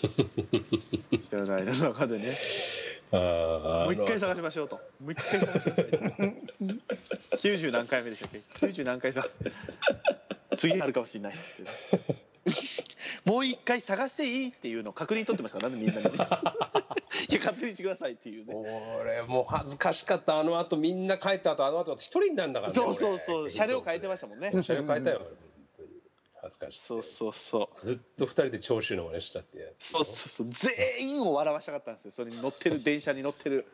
Speaker 1: 知らないの中でね
Speaker 2: ああ
Speaker 1: もう
Speaker 2: あの
Speaker 1: 一回探しましょ うともう一回探してください90何回目でしたっけ90何回さ次あるかもしれないですけどもう一回探していいっていうのを確認取ってましたからねみん なにねいや勝手にしてくださいっていうね
Speaker 2: 俺もう恥ずかしかったあの後みんな帰った後あの後一人になるんだからね
Speaker 1: そうそうそう
Speaker 2: 俺
Speaker 1: 車両変えてましたもんね
Speaker 2: 車両変えたよ俺本当に恥ずかしい
Speaker 1: そうそうそう
Speaker 2: ずっと二人で聴衆の真似したって
Speaker 1: そうそうそう全員を笑わしたかったんですよそれに乗ってる電車に乗ってる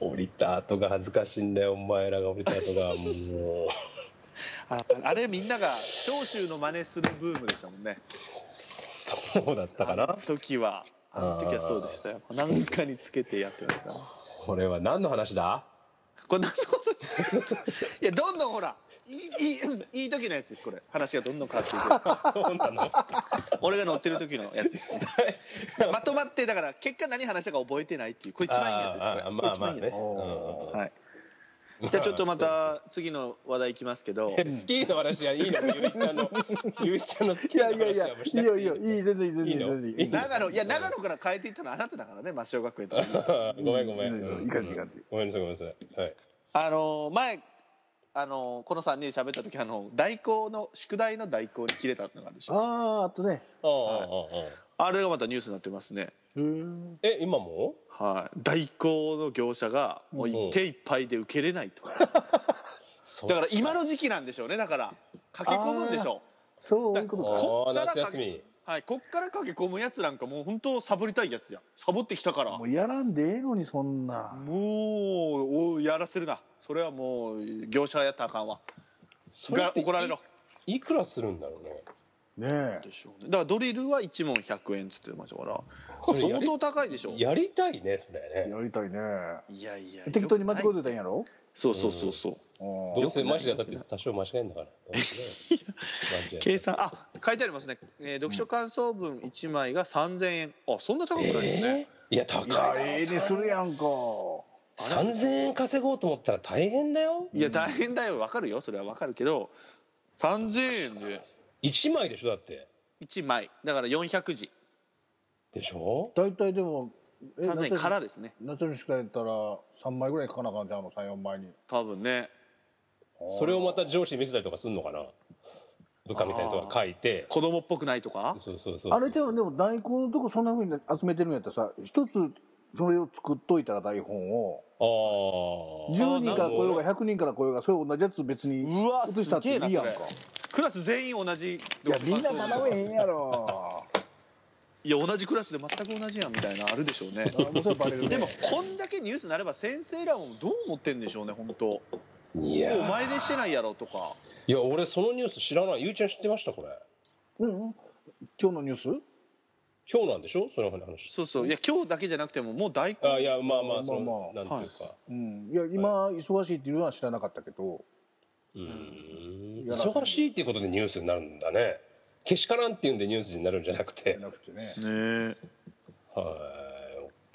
Speaker 2: 降りた後が恥ずかしいんだよお前らが降りた後がもう
Speaker 1: ああれみんなが長州の真似するブームでしたもんね
Speaker 2: そうだったか
Speaker 1: あの
Speaker 2: な
Speaker 1: 時はあの時はそうでしたよ何かにつけてやってました
Speaker 2: これは何の話だ
Speaker 1: これ何の話 いやどんどんほらいいいいうんいい時のやつですこれ話がどんどん変わっていくや
Speaker 2: そうなの
Speaker 1: つ俺が乗ってる時のやつですまとまってだから結果何話したか覚えてないっていうこれ一番いいやつですこれ
Speaker 2: あーまあま
Speaker 1: こ
Speaker 2: あね
Speaker 1: れ一番いいやつです
Speaker 2: うんうんうん
Speaker 1: はいじゃあちょっとまた次の話題いきますけど
Speaker 2: スキーの話はいいのゆいちゃんのゆいちゃんのス
Speaker 3: い
Speaker 2: キー
Speaker 3: や
Speaker 2: の
Speaker 3: いや
Speaker 2: 話
Speaker 3: いや
Speaker 2: はもうし
Speaker 3: い
Speaker 2: ないく
Speaker 3: よ
Speaker 2: て
Speaker 3: いいよいい全然いい全然
Speaker 2: いいの
Speaker 3: 全然いい
Speaker 1: 長野いや長野から変えていったのはあなただからね松小学園とか
Speaker 2: ごめんごめん、
Speaker 3: うん
Speaker 2: うん
Speaker 3: いい感じいい感じ
Speaker 2: ごめんなさいごめんなさいはい
Speaker 1: あのー前あのーこの3人で喋った時あの代行の宿題の代行に切れたのがあるでし
Speaker 3: あ
Speaker 1: ょ
Speaker 3: ああとね
Speaker 2: ああああああ
Speaker 1: あれがまたニュースになってますね
Speaker 3: うーん
Speaker 2: え今も
Speaker 1: はい代行の業者がもう
Speaker 2: うん
Speaker 1: 手いっぱいで受けれないと、だから今の時期なんでしょうねだから駆け込むんでしょ
Speaker 3: そういうこと
Speaker 1: だ
Speaker 3: か
Speaker 1: こっ
Speaker 2: ああ
Speaker 1: から
Speaker 2: 夏休み
Speaker 1: うはいこっから駆け込むやつなんかもう本当サボりたいやつやサボってきたから
Speaker 3: も
Speaker 1: も
Speaker 3: うやらんでええのにそんな
Speaker 1: うおうやらせるなそれはもう業者やったらあかんわ
Speaker 2: それ
Speaker 1: が
Speaker 2: って
Speaker 1: 怒られろ
Speaker 2: いいくらするんだろうね
Speaker 3: ねえ
Speaker 1: でしょうねだからドリルは1問100円っつってましたから
Speaker 2: それや
Speaker 1: 相
Speaker 2: り
Speaker 1: 当高いでしょいや
Speaker 2: やりたいねそれね
Speaker 3: やりたいね
Speaker 1: いやいや
Speaker 3: 適当に間違え
Speaker 1: よくない
Speaker 3: てたんやろ
Speaker 1: そうそうそうそう、
Speaker 3: うん
Speaker 2: どうせマジでだって多少間違えんだからどうせね間違え
Speaker 1: 計算あ書いてありますね、えー読書感想文1枚が3000円あそんな高くないですね、
Speaker 2: えーいや高い
Speaker 3: いや
Speaker 2: だろ
Speaker 3: ええねするやんか
Speaker 2: 3000円稼ごうと思ったら大変だよ
Speaker 1: いや大変だよわかるよそれはわかるけど3000円で
Speaker 2: 1枚でしょだって
Speaker 1: 1枚だから400字
Speaker 2: でしょ
Speaker 3: 大体でもえ
Speaker 1: 3000円から
Speaker 3: 夏
Speaker 1: ですね
Speaker 3: 夏にしかやったら3枚ぐらい書かなあかんじゃんの34枚に
Speaker 1: 多分ね
Speaker 2: それをまた上司に見せたりとかするのかな部下みたいな人が書いて
Speaker 1: 子供っぽくないとか
Speaker 2: そうそうそう
Speaker 3: あれじゃあでも代行のとこそんなふうに集めてるんやったらさ一つそれを作っといたら台本を
Speaker 2: ああ
Speaker 3: 10人から来ようが100人から来ようがそれ同じやつ別に
Speaker 1: うわ
Speaker 3: 移したっていいや
Speaker 1: すげえ
Speaker 3: んか
Speaker 1: なクラス全員同じ
Speaker 3: いやみんな
Speaker 1: 読書感想
Speaker 3: 並
Speaker 1: 文
Speaker 3: べへんや ろ
Speaker 1: いや同じクラスで全く同じやんみたいなあるでしょうね
Speaker 3: あもうそれバレるね
Speaker 1: でもこんだけニュースになれば先生らもどう思ってんでしょうね本当も
Speaker 2: いうや
Speaker 1: 前出してないやろとか
Speaker 2: いや俺そのニュース知らないゆうちゃん知ってましたこれ
Speaker 3: うんうん今日のニュース
Speaker 2: 今日なんでしょその話
Speaker 1: そうそういや今日だけじゃなくてももう大根
Speaker 2: あいやまあまあそ
Speaker 3: ま
Speaker 2: の
Speaker 3: あま
Speaker 2: な
Speaker 3: あ
Speaker 2: んていうか
Speaker 3: うんいや今忙しいっていうのは知らなかったけど
Speaker 2: うーん
Speaker 3: いや
Speaker 2: 忙しいっていうことでニュースになるんだねけしからんっていうんでニュースになるんじゃなく
Speaker 3: じ
Speaker 2: て
Speaker 3: ゃなくてね
Speaker 1: ね
Speaker 2: は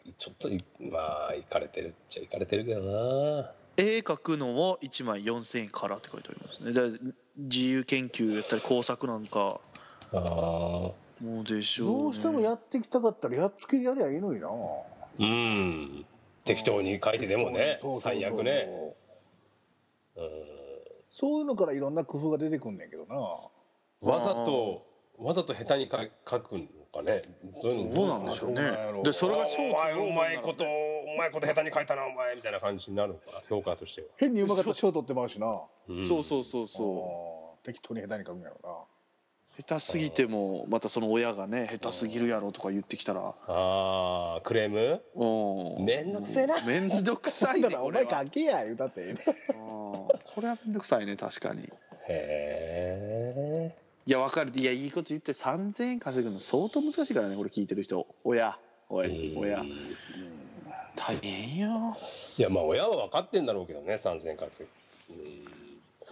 Speaker 2: いちょっといまあいかれてるっちゃいかれてるけどな
Speaker 1: え絵描くのも1枚4000円からって書いてありますねだから自由研究やったり工作なんか
Speaker 2: ああ
Speaker 1: もうでしょう、ね、
Speaker 3: どうしてもやってきたかったらやっつけやりゃいいのにな
Speaker 2: うん適当に書いてでもね
Speaker 3: そうそうそうそう
Speaker 2: 最悪ねうん
Speaker 3: そういうのからいろんな工夫が出てくんねんけどな
Speaker 2: わざとわざと下手にか書くのかねそういうの
Speaker 1: どうなんでしょう
Speaker 3: どうなんや
Speaker 1: ね
Speaker 3: ろう
Speaker 1: でそれが賞
Speaker 2: お前
Speaker 1: 取る
Speaker 2: う
Speaker 1: もん
Speaker 2: ま
Speaker 1: ないの
Speaker 2: ことうまいこと下手に書いたなお前みたいな感じになるのかな評価としては、
Speaker 3: 変にうまかったら賞取ってまうしな
Speaker 1: そうそううそうそ
Speaker 3: そう適当に下手に書くんやろ
Speaker 1: う下手すぎてもまたその親がね下手すぎるやろとか言ってきたら
Speaker 2: ああクレーム
Speaker 1: うん
Speaker 2: めんどくせえな
Speaker 1: めんどくさ
Speaker 3: ないだ
Speaker 1: ね
Speaker 3: から お
Speaker 1: これ
Speaker 3: 前
Speaker 1: は
Speaker 3: 書けや言うたってええね
Speaker 1: うんこれはめんどくさいね確かに
Speaker 2: へえ
Speaker 1: いやわかるいやいいこと言って3000円稼ぐの相当難しいからねこれ聞いてる人親おい親
Speaker 2: い
Speaker 1: 大変よ
Speaker 2: やまあ親は分かってんだろうけどね3000円稼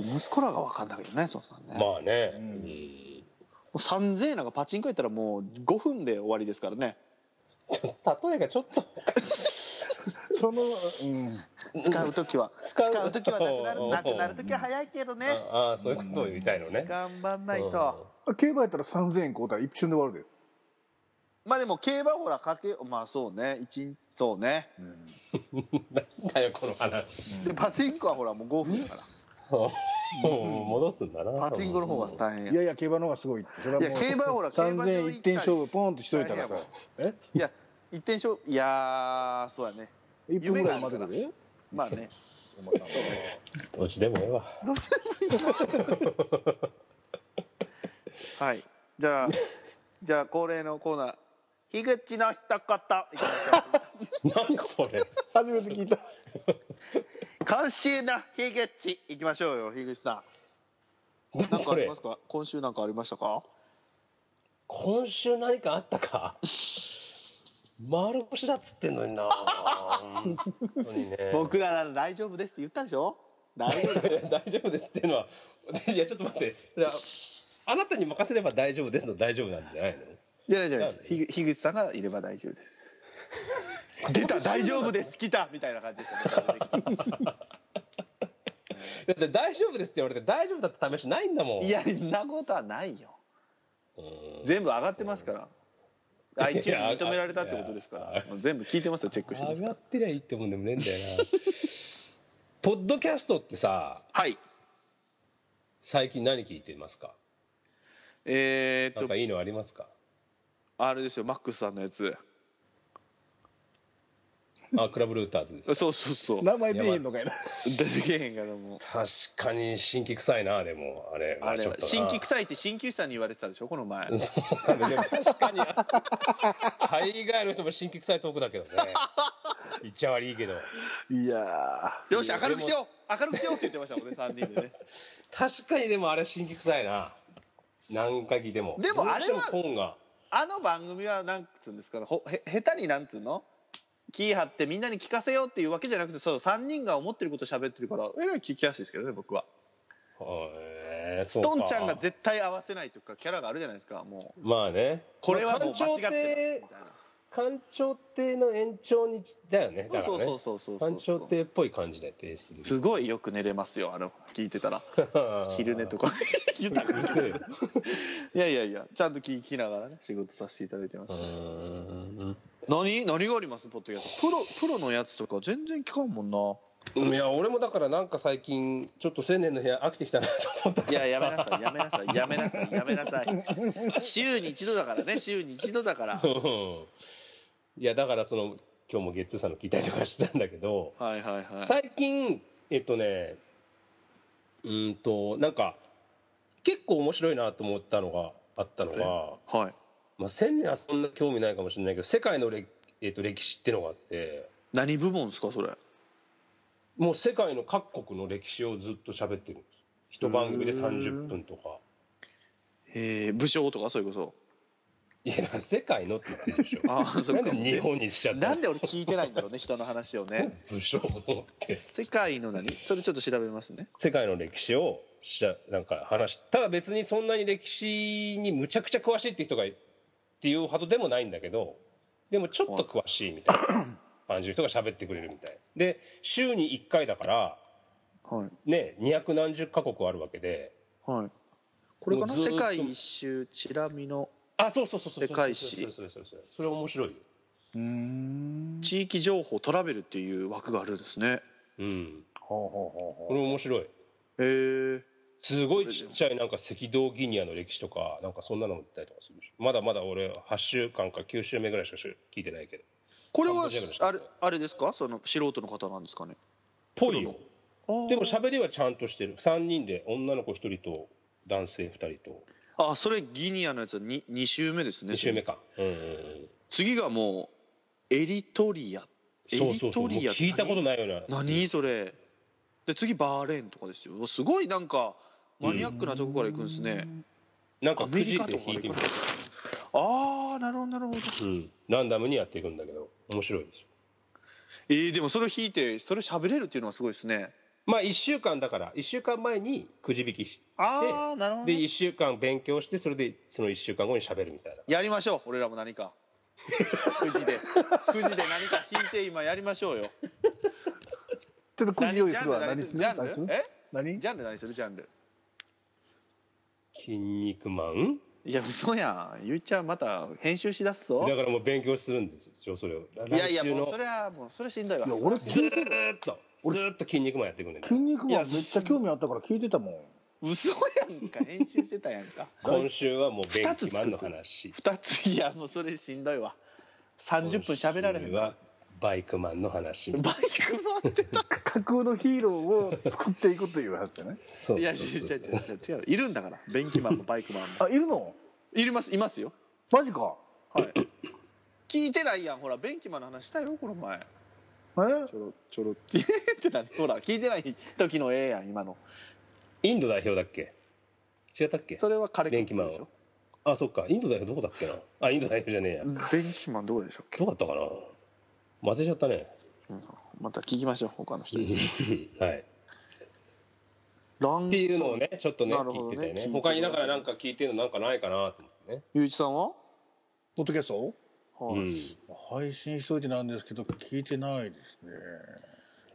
Speaker 2: ぎ、
Speaker 1: 息子らが分かんだけどねそんなんね、も
Speaker 2: まあね、
Speaker 3: うん
Speaker 1: う3000円なんかパチンコやったらもう5分で終わりですからね
Speaker 2: うん例えがちょっと
Speaker 3: そのうん
Speaker 1: 使う時は
Speaker 2: 使う
Speaker 1: 使う時はなくな
Speaker 2: お
Speaker 1: る
Speaker 2: う
Speaker 1: なくなる時は早いけどね
Speaker 2: ああそういうことを言いたいのね
Speaker 1: 頑張んないと
Speaker 3: 競馬やったら3000円買うたら一瞬で終わるで
Speaker 1: まあでも競馬ほらかけまあそうね一日そうね
Speaker 2: うん だよこの話
Speaker 1: でパチンコはほらもう5分だから
Speaker 2: もう戻すんだな
Speaker 1: パチンコの方が大変
Speaker 3: いやいや競馬の方がすごいってそれはもう
Speaker 1: いや競馬はほら競馬場
Speaker 3: 3000
Speaker 1: 行っ
Speaker 3: 円
Speaker 1: たり
Speaker 3: 一点勝負ポンってしといたら
Speaker 1: 大
Speaker 3: さえ
Speaker 1: いや一点勝負いやーそうやね
Speaker 3: 一分ぐらい待てるで
Speaker 1: まあね
Speaker 2: どっちでもええわ
Speaker 1: どうしてもいいはいじゃあじゃあ恒例のコーナー樋口の一言いきましょ
Speaker 2: 何それ
Speaker 3: 初めて聞いた
Speaker 1: う今週の樋口いきましょうよ樋口さん
Speaker 2: 何
Speaker 1: 何か
Speaker 2: そ
Speaker 1: あり
Speaker 2: れ
Speaker 1: ますか今週なんかありましたか
Speaker 2: 今週何かあった か丸腰だっつってんのにな本当にね
Speaker 1: 僕らなら大丈夫ですって言ったでしょ大 丈夫
Speaker 2: いや 大丈夫ですっていうのは いやちょっと待ってそれはあなたに任せれば大丈夫ですの大丈夫なんじゃないの
Speaker 1: じゃないじゃないです樋口さんがいれば大丈夫です 出た大丈夫です来たみたいな感じでしたね
Speaker 2: だって大丈夫ですって言われて大丈夫だった試しないんだもん
Speaker 1: いやそんなことはないよ
Speaker 2: うん
Speaker 1: 全部上がってますからあ一
Speaker 2: い
Speaker 1: 部
Speaker 2: や
Speaker 1: 認められたってことですか
Speaker 2: い
Speaker 1: ら
Speaker 2: や
Speaker 1: もう全部聞いてますよチェックしてま
Speaker 2: 上
Speaker 1: す
Speaker 2: がってりゃいいってもんでもねえんだよな ポッドキャストってさ
Speaker 1: はい
Speaker 2: 最近何聞いてますか
Speaker 1: え
Speaker 2: な
Speaker 1: ー、
Speaker 2: ん
Speaker 1: っと
Speaker 2: かいいのありますか
Speaker 1: あれですよマックスさんのやつ
Speaker 2: あクラブルーターズです
Speaker 1: そうそうそう
Speaker 3: 名前出えへんのかいな
Speaker 1: 出てけえへんからもう
Speaker 2: 確かに新規臭いなでもあれ
Speaker 1: あれ
Speaker 2: ちょっとな
Speaker 1: 新規臭いって鍼灸師さんに言われてたでしょこの前
Speaker 2: そうだねでも確かに大概の人も新規臭いトークだけどね言っちゃ悪いけど
Speaker 3: いや
Speaker 1: よし明るくしよう明るくしようって言ってましたもんね3人でね
Speaker 2: 確かにでもあれ新規臭いな何かぎでも
Speaker 1: でもあれは
Speaker 2: どうしても紺が
Speaker 1: あの番組はなんつうんですかねほへ下手になんつうの気張ってみんなに聞かせようっていうわけじゃなくてそう3人が思ってること喋ってるからえらい聞きやすいですけどね僕は
Speaker 2: えーそ
Speaker 1: ス
Speaker 2: うか
Speaker 1: トンちゃんが絶対合わせないとかキャラがあるじゃないですかもう
Speaker 2: まあね
Speaker 1: これはもう間違ってますみたい
Speaker 2: 官庁亭の延長にだよねだから
Speaker 1: な
Speaker 2: ね
Speaker 1: そうそうそうそうそう
Speaker 2: 官庁亭っぽい感じだよテイスト
Speaker 1: すごいよく寝れますよあの聞いてたら 昼 寝と
Speaker 2: か
Speaker 1: か言った
Speaker 2: う
Speaker 1: から
Speaker 2: るせえよ
Speaker 1: いやいやいやちゃんと聞きながらね仕事させていただいてます
Speaker 2: う
Speaker 1: 何何がありますポッドキャストプロプロのやつとか全然聞かんもんなん
Speaker 2: いや俺もだからなんか最近ちょっと青年の部屋飽きてきたなと思った
Speaker 1: いややめなさいやめなさいやめなさいやめなさい週に一度だからね週に一度だから
Speaker 2: うんいやだからその今日もゲッツーさんの聞いたりとかしたんだけど、
Speaker 1: はいはいはい
Speaker 2: 最近えっとねうーんとなんか結構面白いなと思ったのがあったのが、
Speaker 1: はい
Speaker 2: まあ、千年はそんな興味ないかもしれないけど世界のれ、えっと、歴史ってのがあって
Speaker 1: 何部門ですかそれ
Speaker 2: もう世界の各国の歴史をずっと喋ってるんです一番組で30分とか
Speaker 1: えー武将とかそれこそ
Speaker 2: いやだから世界のって言ってるでしょ
Speaker 1: ああそ
Speaker 2: な
Speaker 1: っ
Speaker 2: んで
Speaker 1: か
Speaker 2: 日本にしちゃった
Speaker 1: な
Speaker 2: の
Speaker 1: んで俺聞いてないんだろうね人の話をね
Speaker 2: 武将って
Speaker 1: 世界の何それちょっと調べますね
Speaker 2: 世界の歴史をしゃなんか話しただ別にそんなに歴史にむちゃくちゃ詳しいって人がいっていうほどでもないんだけどでもちょっと詳しいみたいな感じの人が喋ってくれるみたいで週に1回だから
Speaker 1: はい
Speaker 2: ね二百何十カ国あるわけで
Speaker 1: はいこれか
Speaker 2: も
Speaker 1: な
Speaker 2: うずーっと
Speaker 1: 世界一周チラ見の
Speaker 2: あそうそうそうそう
Speaker 1: 世界史
Speaker 2: それそれそれそれそれ面白いよ
Speaker 3: うん
Speaker 1: 地域情報トラベルっていう枠があるんですね
Speaker 2: うん
Speaker 3: ほうほうほ
Speaker 2: こ
Speaker 3: うほ
Speaker 2: れ
Speaker 3: う
Speaker 2: も面白い
Speaker 1: へえ
Speaker 2: すごいちっちゃいなんか赤道ギニアの歴史とかなんかそんなのも出たりとかするしまだまだ俺8週間か9週目ぐらいしか聞いてないけど
Speaker 1: これは
Speaker 2: カンボジアの人
Speaker 1: あれあれですかその素人の方なんですかね
Speaker 2: ぽいよ
Speaker 1: あー
Speaker 2: でも喋りはちゃんとしてる3人で女の子1人と男性2人と
Speaker 1: あそれギニアのやつは 2, 二週目ですね
Speaker 2: 2週目かうんうんうん
Speaker 1: 次がもうエリトリアエ
Speaker 2: そう
Speaker 1: リ
Speaker 2: そうそうも
Speaker 1: ト
Speaker 2: う
Speaker 1: リア
Speaker 2: 聞いたことないような
Speaker 1: 何何それで次バーレーンとかですよすごいなんかマニアックなとこから行くんですね、
Speaker 2: なんか
Speaker 1: アメ
Speaker 2: く
Speaker 1: リ
Speaker 2: じ
Speaker 1: カ
Speaker 2: で
Speaker 1: とか
Speaker 2: 聞
Speaker 1: で
Speaker 2: いて
Speaker 1: 行
Speaker 2: み
Speaker 1: く
Speaker 2: る
Speaker 1: ん、ですああなるほどなるほど
Speaker 2: うん、ランダムにやっていくんだけど面白いですよ
Speaker 1: えー、でもそれを引いてそれ喋れるっていうのはすごいですね
Speaker 2: まあ1週間だから1週間前にくじ引きして
Speaker 1: ああなるほど
Speaker 2: で
Speaker 1: ね
Speaker 2: 1週間勉強してそれでその1週間後に喋るみたいな
Speaker 1: やりましょう俺らも何 かくじでくじで何か引いて今やりましょうよ
Speaker 3: ちょっとくじ
Speaker 1: 何ジ
Speaker 3: 用意す
Speaker 1: ャン
Speaker 3: る
Speaker 1: ル
Speaker 3: わ
Speaker 1: 何
Speaker 3: 何
Speaker 1: す
Speaker 3: す
Speaker 1: る
Speaker 3: る
Speaker 1: ジャ
Speaker 3: 何す
Speaker 1: ンル
Speaker 3: る
Speaker 1: え
Speaker 3: 何
Speaker 1: ジャンル何するジャンル
Speaker 2: 「筋肉マン
Speaker 1: いや嘘やんゆいちゃんまた編集しだす」ぞ
Speaker 2: だからもう勉強するんですよそれを
Speaker 1: いやいや
Speaker 2: 来週の
Speaker 1: もうそれはもうそれしんどいわ
Speaker 3: いや俺
Speaker 2: ず
Speaker 3: 筋
Speaker 2: ーっとずーっと筋肉マンやっていくんだよね
Speaker 3: 肉マンめっちゃ興味あったから聞いてたもん
Speaker 1: 嘘やんか編集してたやんか
Speaker 2: 今週はもう勉
Speaker 1: 二つ
Speaker 2: 強マンの話
Speaker 1: 二ついやもうそれしんどいわ30分喋られへんわ
Speaker 2: はバイクマンの話
Speaker 1: バイク回ってた
Speaker 3: 架空のヒーローを作っていくという話じゃない
Speaker 2: そう
Speaker 1: いや
Speaker 2: そ
Speaker 1: 違
Speaker 2: う
Speaker 1: う
Speaker 2: そう
Speaker 1: 違
Speaker 2: そう
Speaker 1: 違う違う違ういるんだから便器マンもバイクマンも
Speaker 3: あいるの
Speaker 1: いりますいますよ
Speaker 3: マジか
Speaker 1: はい聞いてないやんほら便器マンの話したよこの前
Speaker 3: え
Speaker 1: ちょろちょろ 聞いてないほら聞いてない時のええやん今の
Speaker 2: インド代表だっけ違ったっけ
Speaker 1: それは彼
Speaker 2: 便器マンはあそっかインド代表どこだっけなあインド代表じゃねえや
Speaker 1: 便器マンどうでしょう
Speaker 2: どうだったかな忘れちゃったね
Speaker 1: また聞きましょう他の人です
Speaker 2: はい
Speaker 1: ラン
Speaker 2: っていうのをねちょっとね
Speaker 1: なるほど
Speaker 2: 聞い
Speaker 1: ね
Speaker 2: てた
Speaker 1: 聞い
Speaker 2: よね
Speaker 1: て
Speaker 2: 他にだからなんか聞いてるのなんかないかなと思ってね
Speaker 1: ゆういちさんは、
Speaker 3: ポッドキャスト
Speaker 1: はい
Speaker 2: うん
Speaker 3: 配信しといてなんですけど聞いてないですね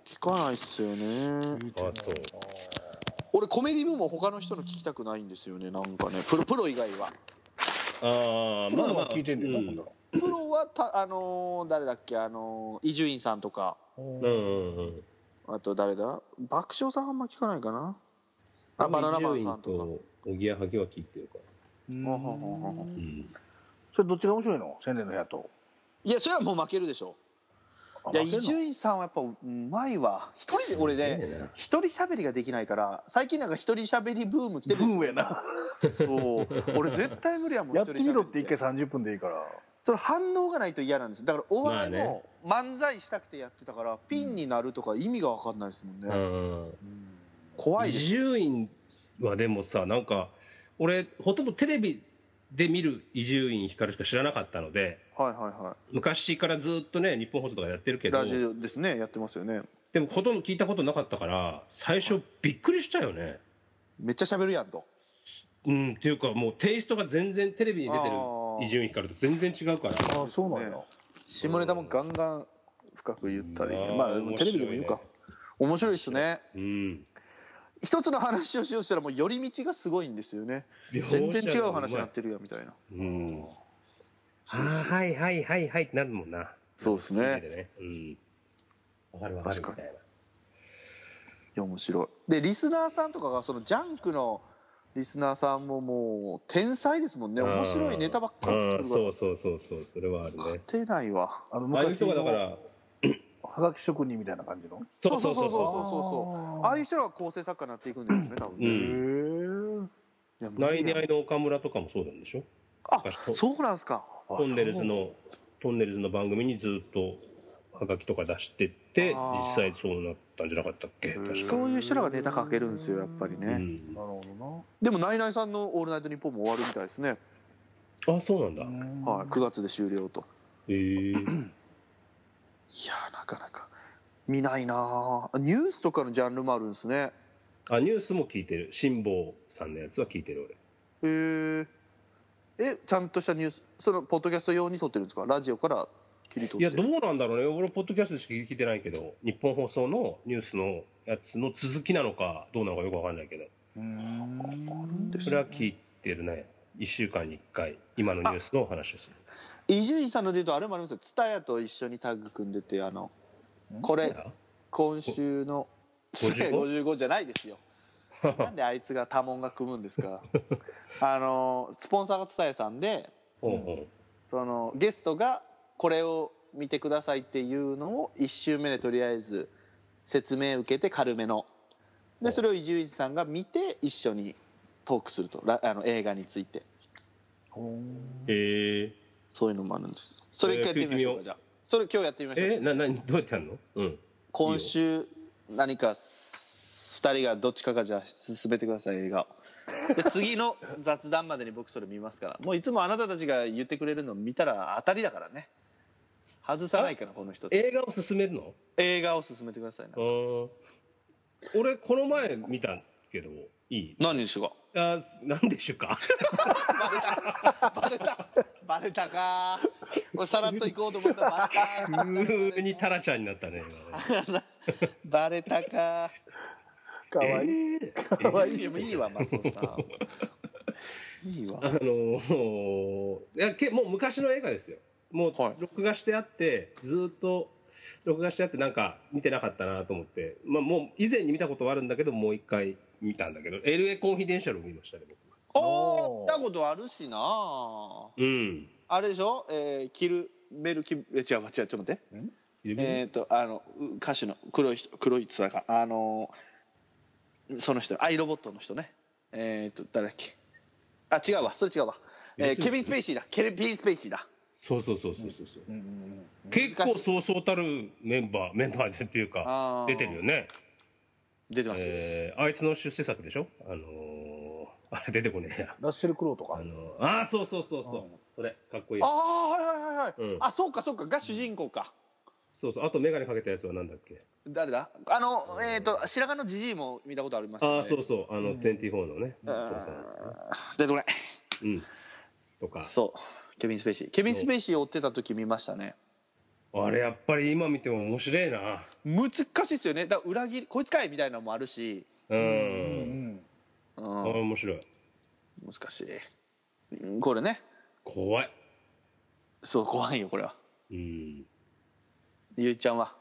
Speaker 1: 聞かないっすよね
Speaker 3: 聞いてない
Speaker 2: あそう
Speaker 1: 俺コメディ部も他の人の聞きたくないんですよねなんかねプロプロ以外は
Speaker 2: ああ
Speaker 3: プロ
Speaker 2: まあ
Speaker 3: の
Speaker 2: ま
Speaker 3: は
Speaker 2: あ
Speaker 3: 聞いてんだよな、今
Speaker 2: う
Speaker 3: 度は
Speaker 1: プロはたあのー誰だっけあのー伊集院さんとか
Speaker 2: うんうんうん
Speaker 1: あと誰だ爆笑さんあんま聞かないかなあバナナマンさんとか
Speaker 2: おぎやはぎは聞いてるから
Speaker 3: うん
Speaker 1: ほうほうほうほう
Speaker 2: うん
Speaker 3: それどっちが面白いの千年の部屋と
Speaker 1: いやそれはもう負けるでしょ
Speaker 3: あ
Speaker 1: いや
Speaker 3: 負けんの
Speaker 1: 伊集院さんはやっぱうまいわ一人で俺
Speaker 2: す
Speaker 1: ね
Speaker 2: げえな
Speaker 1: 一人喋りができないから最近なんか一人喋りブーム来てる
Speaker 3: ブ
Speaker 1: でし
Speaker 3: ー
Speaker 1: ょ
Speaker 3: ムやな
Speaker 1: そう俺絶対無理やもん
Speaker 3: やってみろって
Speaker 1: 一
Speaker 3: 一
Speaker 1: 人喋
Speaker 3: 回
Speaker 1: り
Speaker 3: 30分でいいから
Speaker 1: その反応がないと嫌なんですだからお笑い
Speaker 2: まあ
Speaker 1: も漫才したくてやってたからピンになるとか意味が分かんないですもんね、
Speaker 2: うん
Speaker 1: 怖い
Speaker 2: 伊
Speaker 1: です
Speaker 2: 集院はでもさなんか俺ほとんどテレビで見る伊集院光しか知らなかったので
Speaker 1: はいはいは
Speaker 2: 昔からずっとね日本放送とかやってる
Speaker 1: い
Speaker 2: けど
Speaker 1: ラジオですねやってますよね
Speaker 2: でもほとんど聞いたことなかったから最初びっくりしたよね、
Speaker 1: めっちゃ喋るやんと
Speaker 2: うん、っていうかもうテイストが全然テレビに出てる
Speaker 1: あー
Speaker 2: 伊集院光と全然違うから
Speaker 3: あそうなんや
Speaker 1: ね下ネタもガンガン深く言ったり、
Speaker 2: うん
Speaker 1: ま
Speaker 2: あー
Speaker 1: あテレビでも言うか面白いですね
Speaker 2: うん
Speaker 1: 一つの話をしようとしたらもう寄り道がすごいんですよね全然違う話になってるやんみたいな
Speaker 2: うんはあはいはいはいはいってなるもんな
Speaker 1: そうです
Speaker 2: テレ
Speaker 1: ね
Speaker 2: ビでねうんわかるわかるみたいない
Speaker 1: や面白いでリスナーさんとかがそのジャンクのリスナーさんももう天才ですもんね面白いネタばっかり
Speaker 2: うんうんそううそうそうそうそれはあるね
Speaker 1: 勝てないわ
Speaker 3: あの
Speaker 2: ああいう
Speaker 3: 昔
Speaker 2: 人がだか
Speaker 3: の
Speaker 2: ら
Speaker 3: はがき職人みたいな感じの
Speaker 2: そうそうそ
Speaker 1: そう
Speaker 2: うそ
Speaker 1: そうああいう人らが構成作家になっていくんですよね多分ね、
Speaker 2: うん
Speaker 3: へえ
Speaker 1: いや
Speaker 2: うナイ
Speaker 1: 無理
Speaker 2: ナ
Speaker 1: や
Speaker 2: イの岡村とかもそうなんでしょ
Speaker 1: あそうなんすか
Speaker 2: トンネルズのトンネルズの番組にずっとはがきとか出してって
Speaker 1: あー
Speaker 2: 実際そうなったんじゃなかったっけ確か、
Speaker 1: そういう人らがネタ書けるんですよやっぱりね、
Speaker 2: うん
Speaker 3: なるほ
Speaker 1: でもナイナイさんの「オールナイトニッポン」も終わるみたいですね、
Speaker 2: あそうなんだ
Speaker 3: どなうん
Speaker 1: はい、9月で終了と
Speaker 2: へえ
Speaker 1: いやーなかなか見ないなーニュースとかのジャンルもあるんですね
Speaker 2: あニュースも聞いてる辛坊さんのやつは聞いてる俺
Speaker 1: へーえちゃんとしたニュースそのポッドキャスト用に撮ってるんですかラジオから切り取
Speaker 2: いや
Speaker 1: って
Speaker 2: ど
Speaker 1: いう
Speaker 2: なんだろうね俺ポッドキャストでしか聞いてないけど日本放送のニュースのやつの続きなのかどうなのかよくわかんないけど
Speaker 3: うん
Speaker 2: それは聞いてるね1週間に1回今のニュースのお話をする
Speaker 1: 伊集院さんのでいうとあれもありますよ蔦屋と一緒にタッグ組んでてあのこれ今週の
Speaker 2: 55
Speaker 1: 55じゃないですよなんであいつが多聞が組むんですかあのスポンサーが蔦屋さんで
Speaker 2: おうおう
Speaker 1: そのゲストがこれを見てくださいっていうのを1周目でとりあえず説明受けて軽めのでそれを伊集院さんが見て一緒にトークするとらあの映画について
Speaker 2: へえ
Speaker 1: そういうのもあるんですそれ一回やってみましょう
Speaker 2: えー聞いてみよ
Speaker 1: か
Speaker 2: う
Speaker 1: じゃあそれ今日やってみましょう
Speaker 2: えななどうやってやるのうん
Speaker 1: 今週何か2人がどっちかがじゃあ進めてください映画をで次の雑談までに僕それ見ますからもういつもあなたたちが言ってくれるの見たら当たりだからね外さないからこの人
Speaker 2: 映画を進めるの
Speaker 1: 映画を進めてくださいな
Speaker 2: うん俺この前見たけどいい
Speaker 1: 何にしよう
Speaker 2: あなんでしょうか
Speaker 1: かバレたバレたか俺さらっと行こうと思ったらバレ
Speaker 2: 急にタラちゃんになったね今ね
Speaker 1: たバレたか
Speaker 3: かわいい
Speaker 1: かわいいいいわマスオさんいいわ
Speaker 2: あのーいやけもう昔の映画ですよもう
Speaker 1: はい
Speaker 2: 録画してあって、ずーっと録画してあってなんか見てなかったなと思って、まあ、もう以前に見たことはあるんだけどもう一回見たんだけど LA コンフィデンシャルを見ましたね僕
Speaker 1: おー見たことあるしな
Speaker 2: うん
Speaker 1: あれでしょ、えー、キルメルキえ違う違うちょっと待ってえっ、とあのう歌手の黒い人黒いつだかあのーその人アイロボットの人ねえっ、と誰だっけあ違うわそれ違うわ、え
Speaker 2: 要する
Speaker 1: ー
Speaker 2: に
Speaker 1: ケビン・スペイシーだケビン・スペイシーだ
Speaker 2: そうそうそうそうそうそう
Speaker 3: うんうん
Speaker 2: 結構そうそうたるメンバーメンバーでっていうか
Speaker 1: あー
Speaker 2: 出てるよね
Speaker 1: 出てます、
Speaker 2: えーあいつの出世作でしょあのー あれ出てこねえや
Speaker 3: ラッセル・クロウとか
Speaker 2: あのーあーそうそうそうそう、
Speaker 3: うん
Speaker 2: それかっこいい
Speaker 1: ああはいはいはいはい、
Speaker 2: うん
Speaker 1: あそうかそうかが主人公か
Speaker 2: そうそうあと眼鏡かけたやつはなんだっけ
Speaker 1: 誰だあのえっ、と白髪のジジイも見たことありますよね
Speaker 2: ああそうそうあの、
Speaker 3: うん
Speaker 2: 24のね
Speaker 1: う
Speaker 2: お
Speaker 1: ん
Speaker 2: 父さん
Speaker 1: 出てこない
Speaker 2: うんとか
Speaker 1: そうケビン・スペイシーケビン・スペイシーを追ってた時見ましたね
Speaker 2: あれやっぱり今見ても面白いな
Speaker 1: 難しいですよねだから裏切りこいつかいみたいなのもあるし、
Speaker 2: うん、
Speaker 3: うん
Speaker 1: うん、
Speaker 2: あー面白い
Speaker 1: 難しいうんこれね
Speaker 2: 怖い
Speaker 1: そう怖いよこれは
Speaker 2: うん
Speaker 1: ゆいちゃんは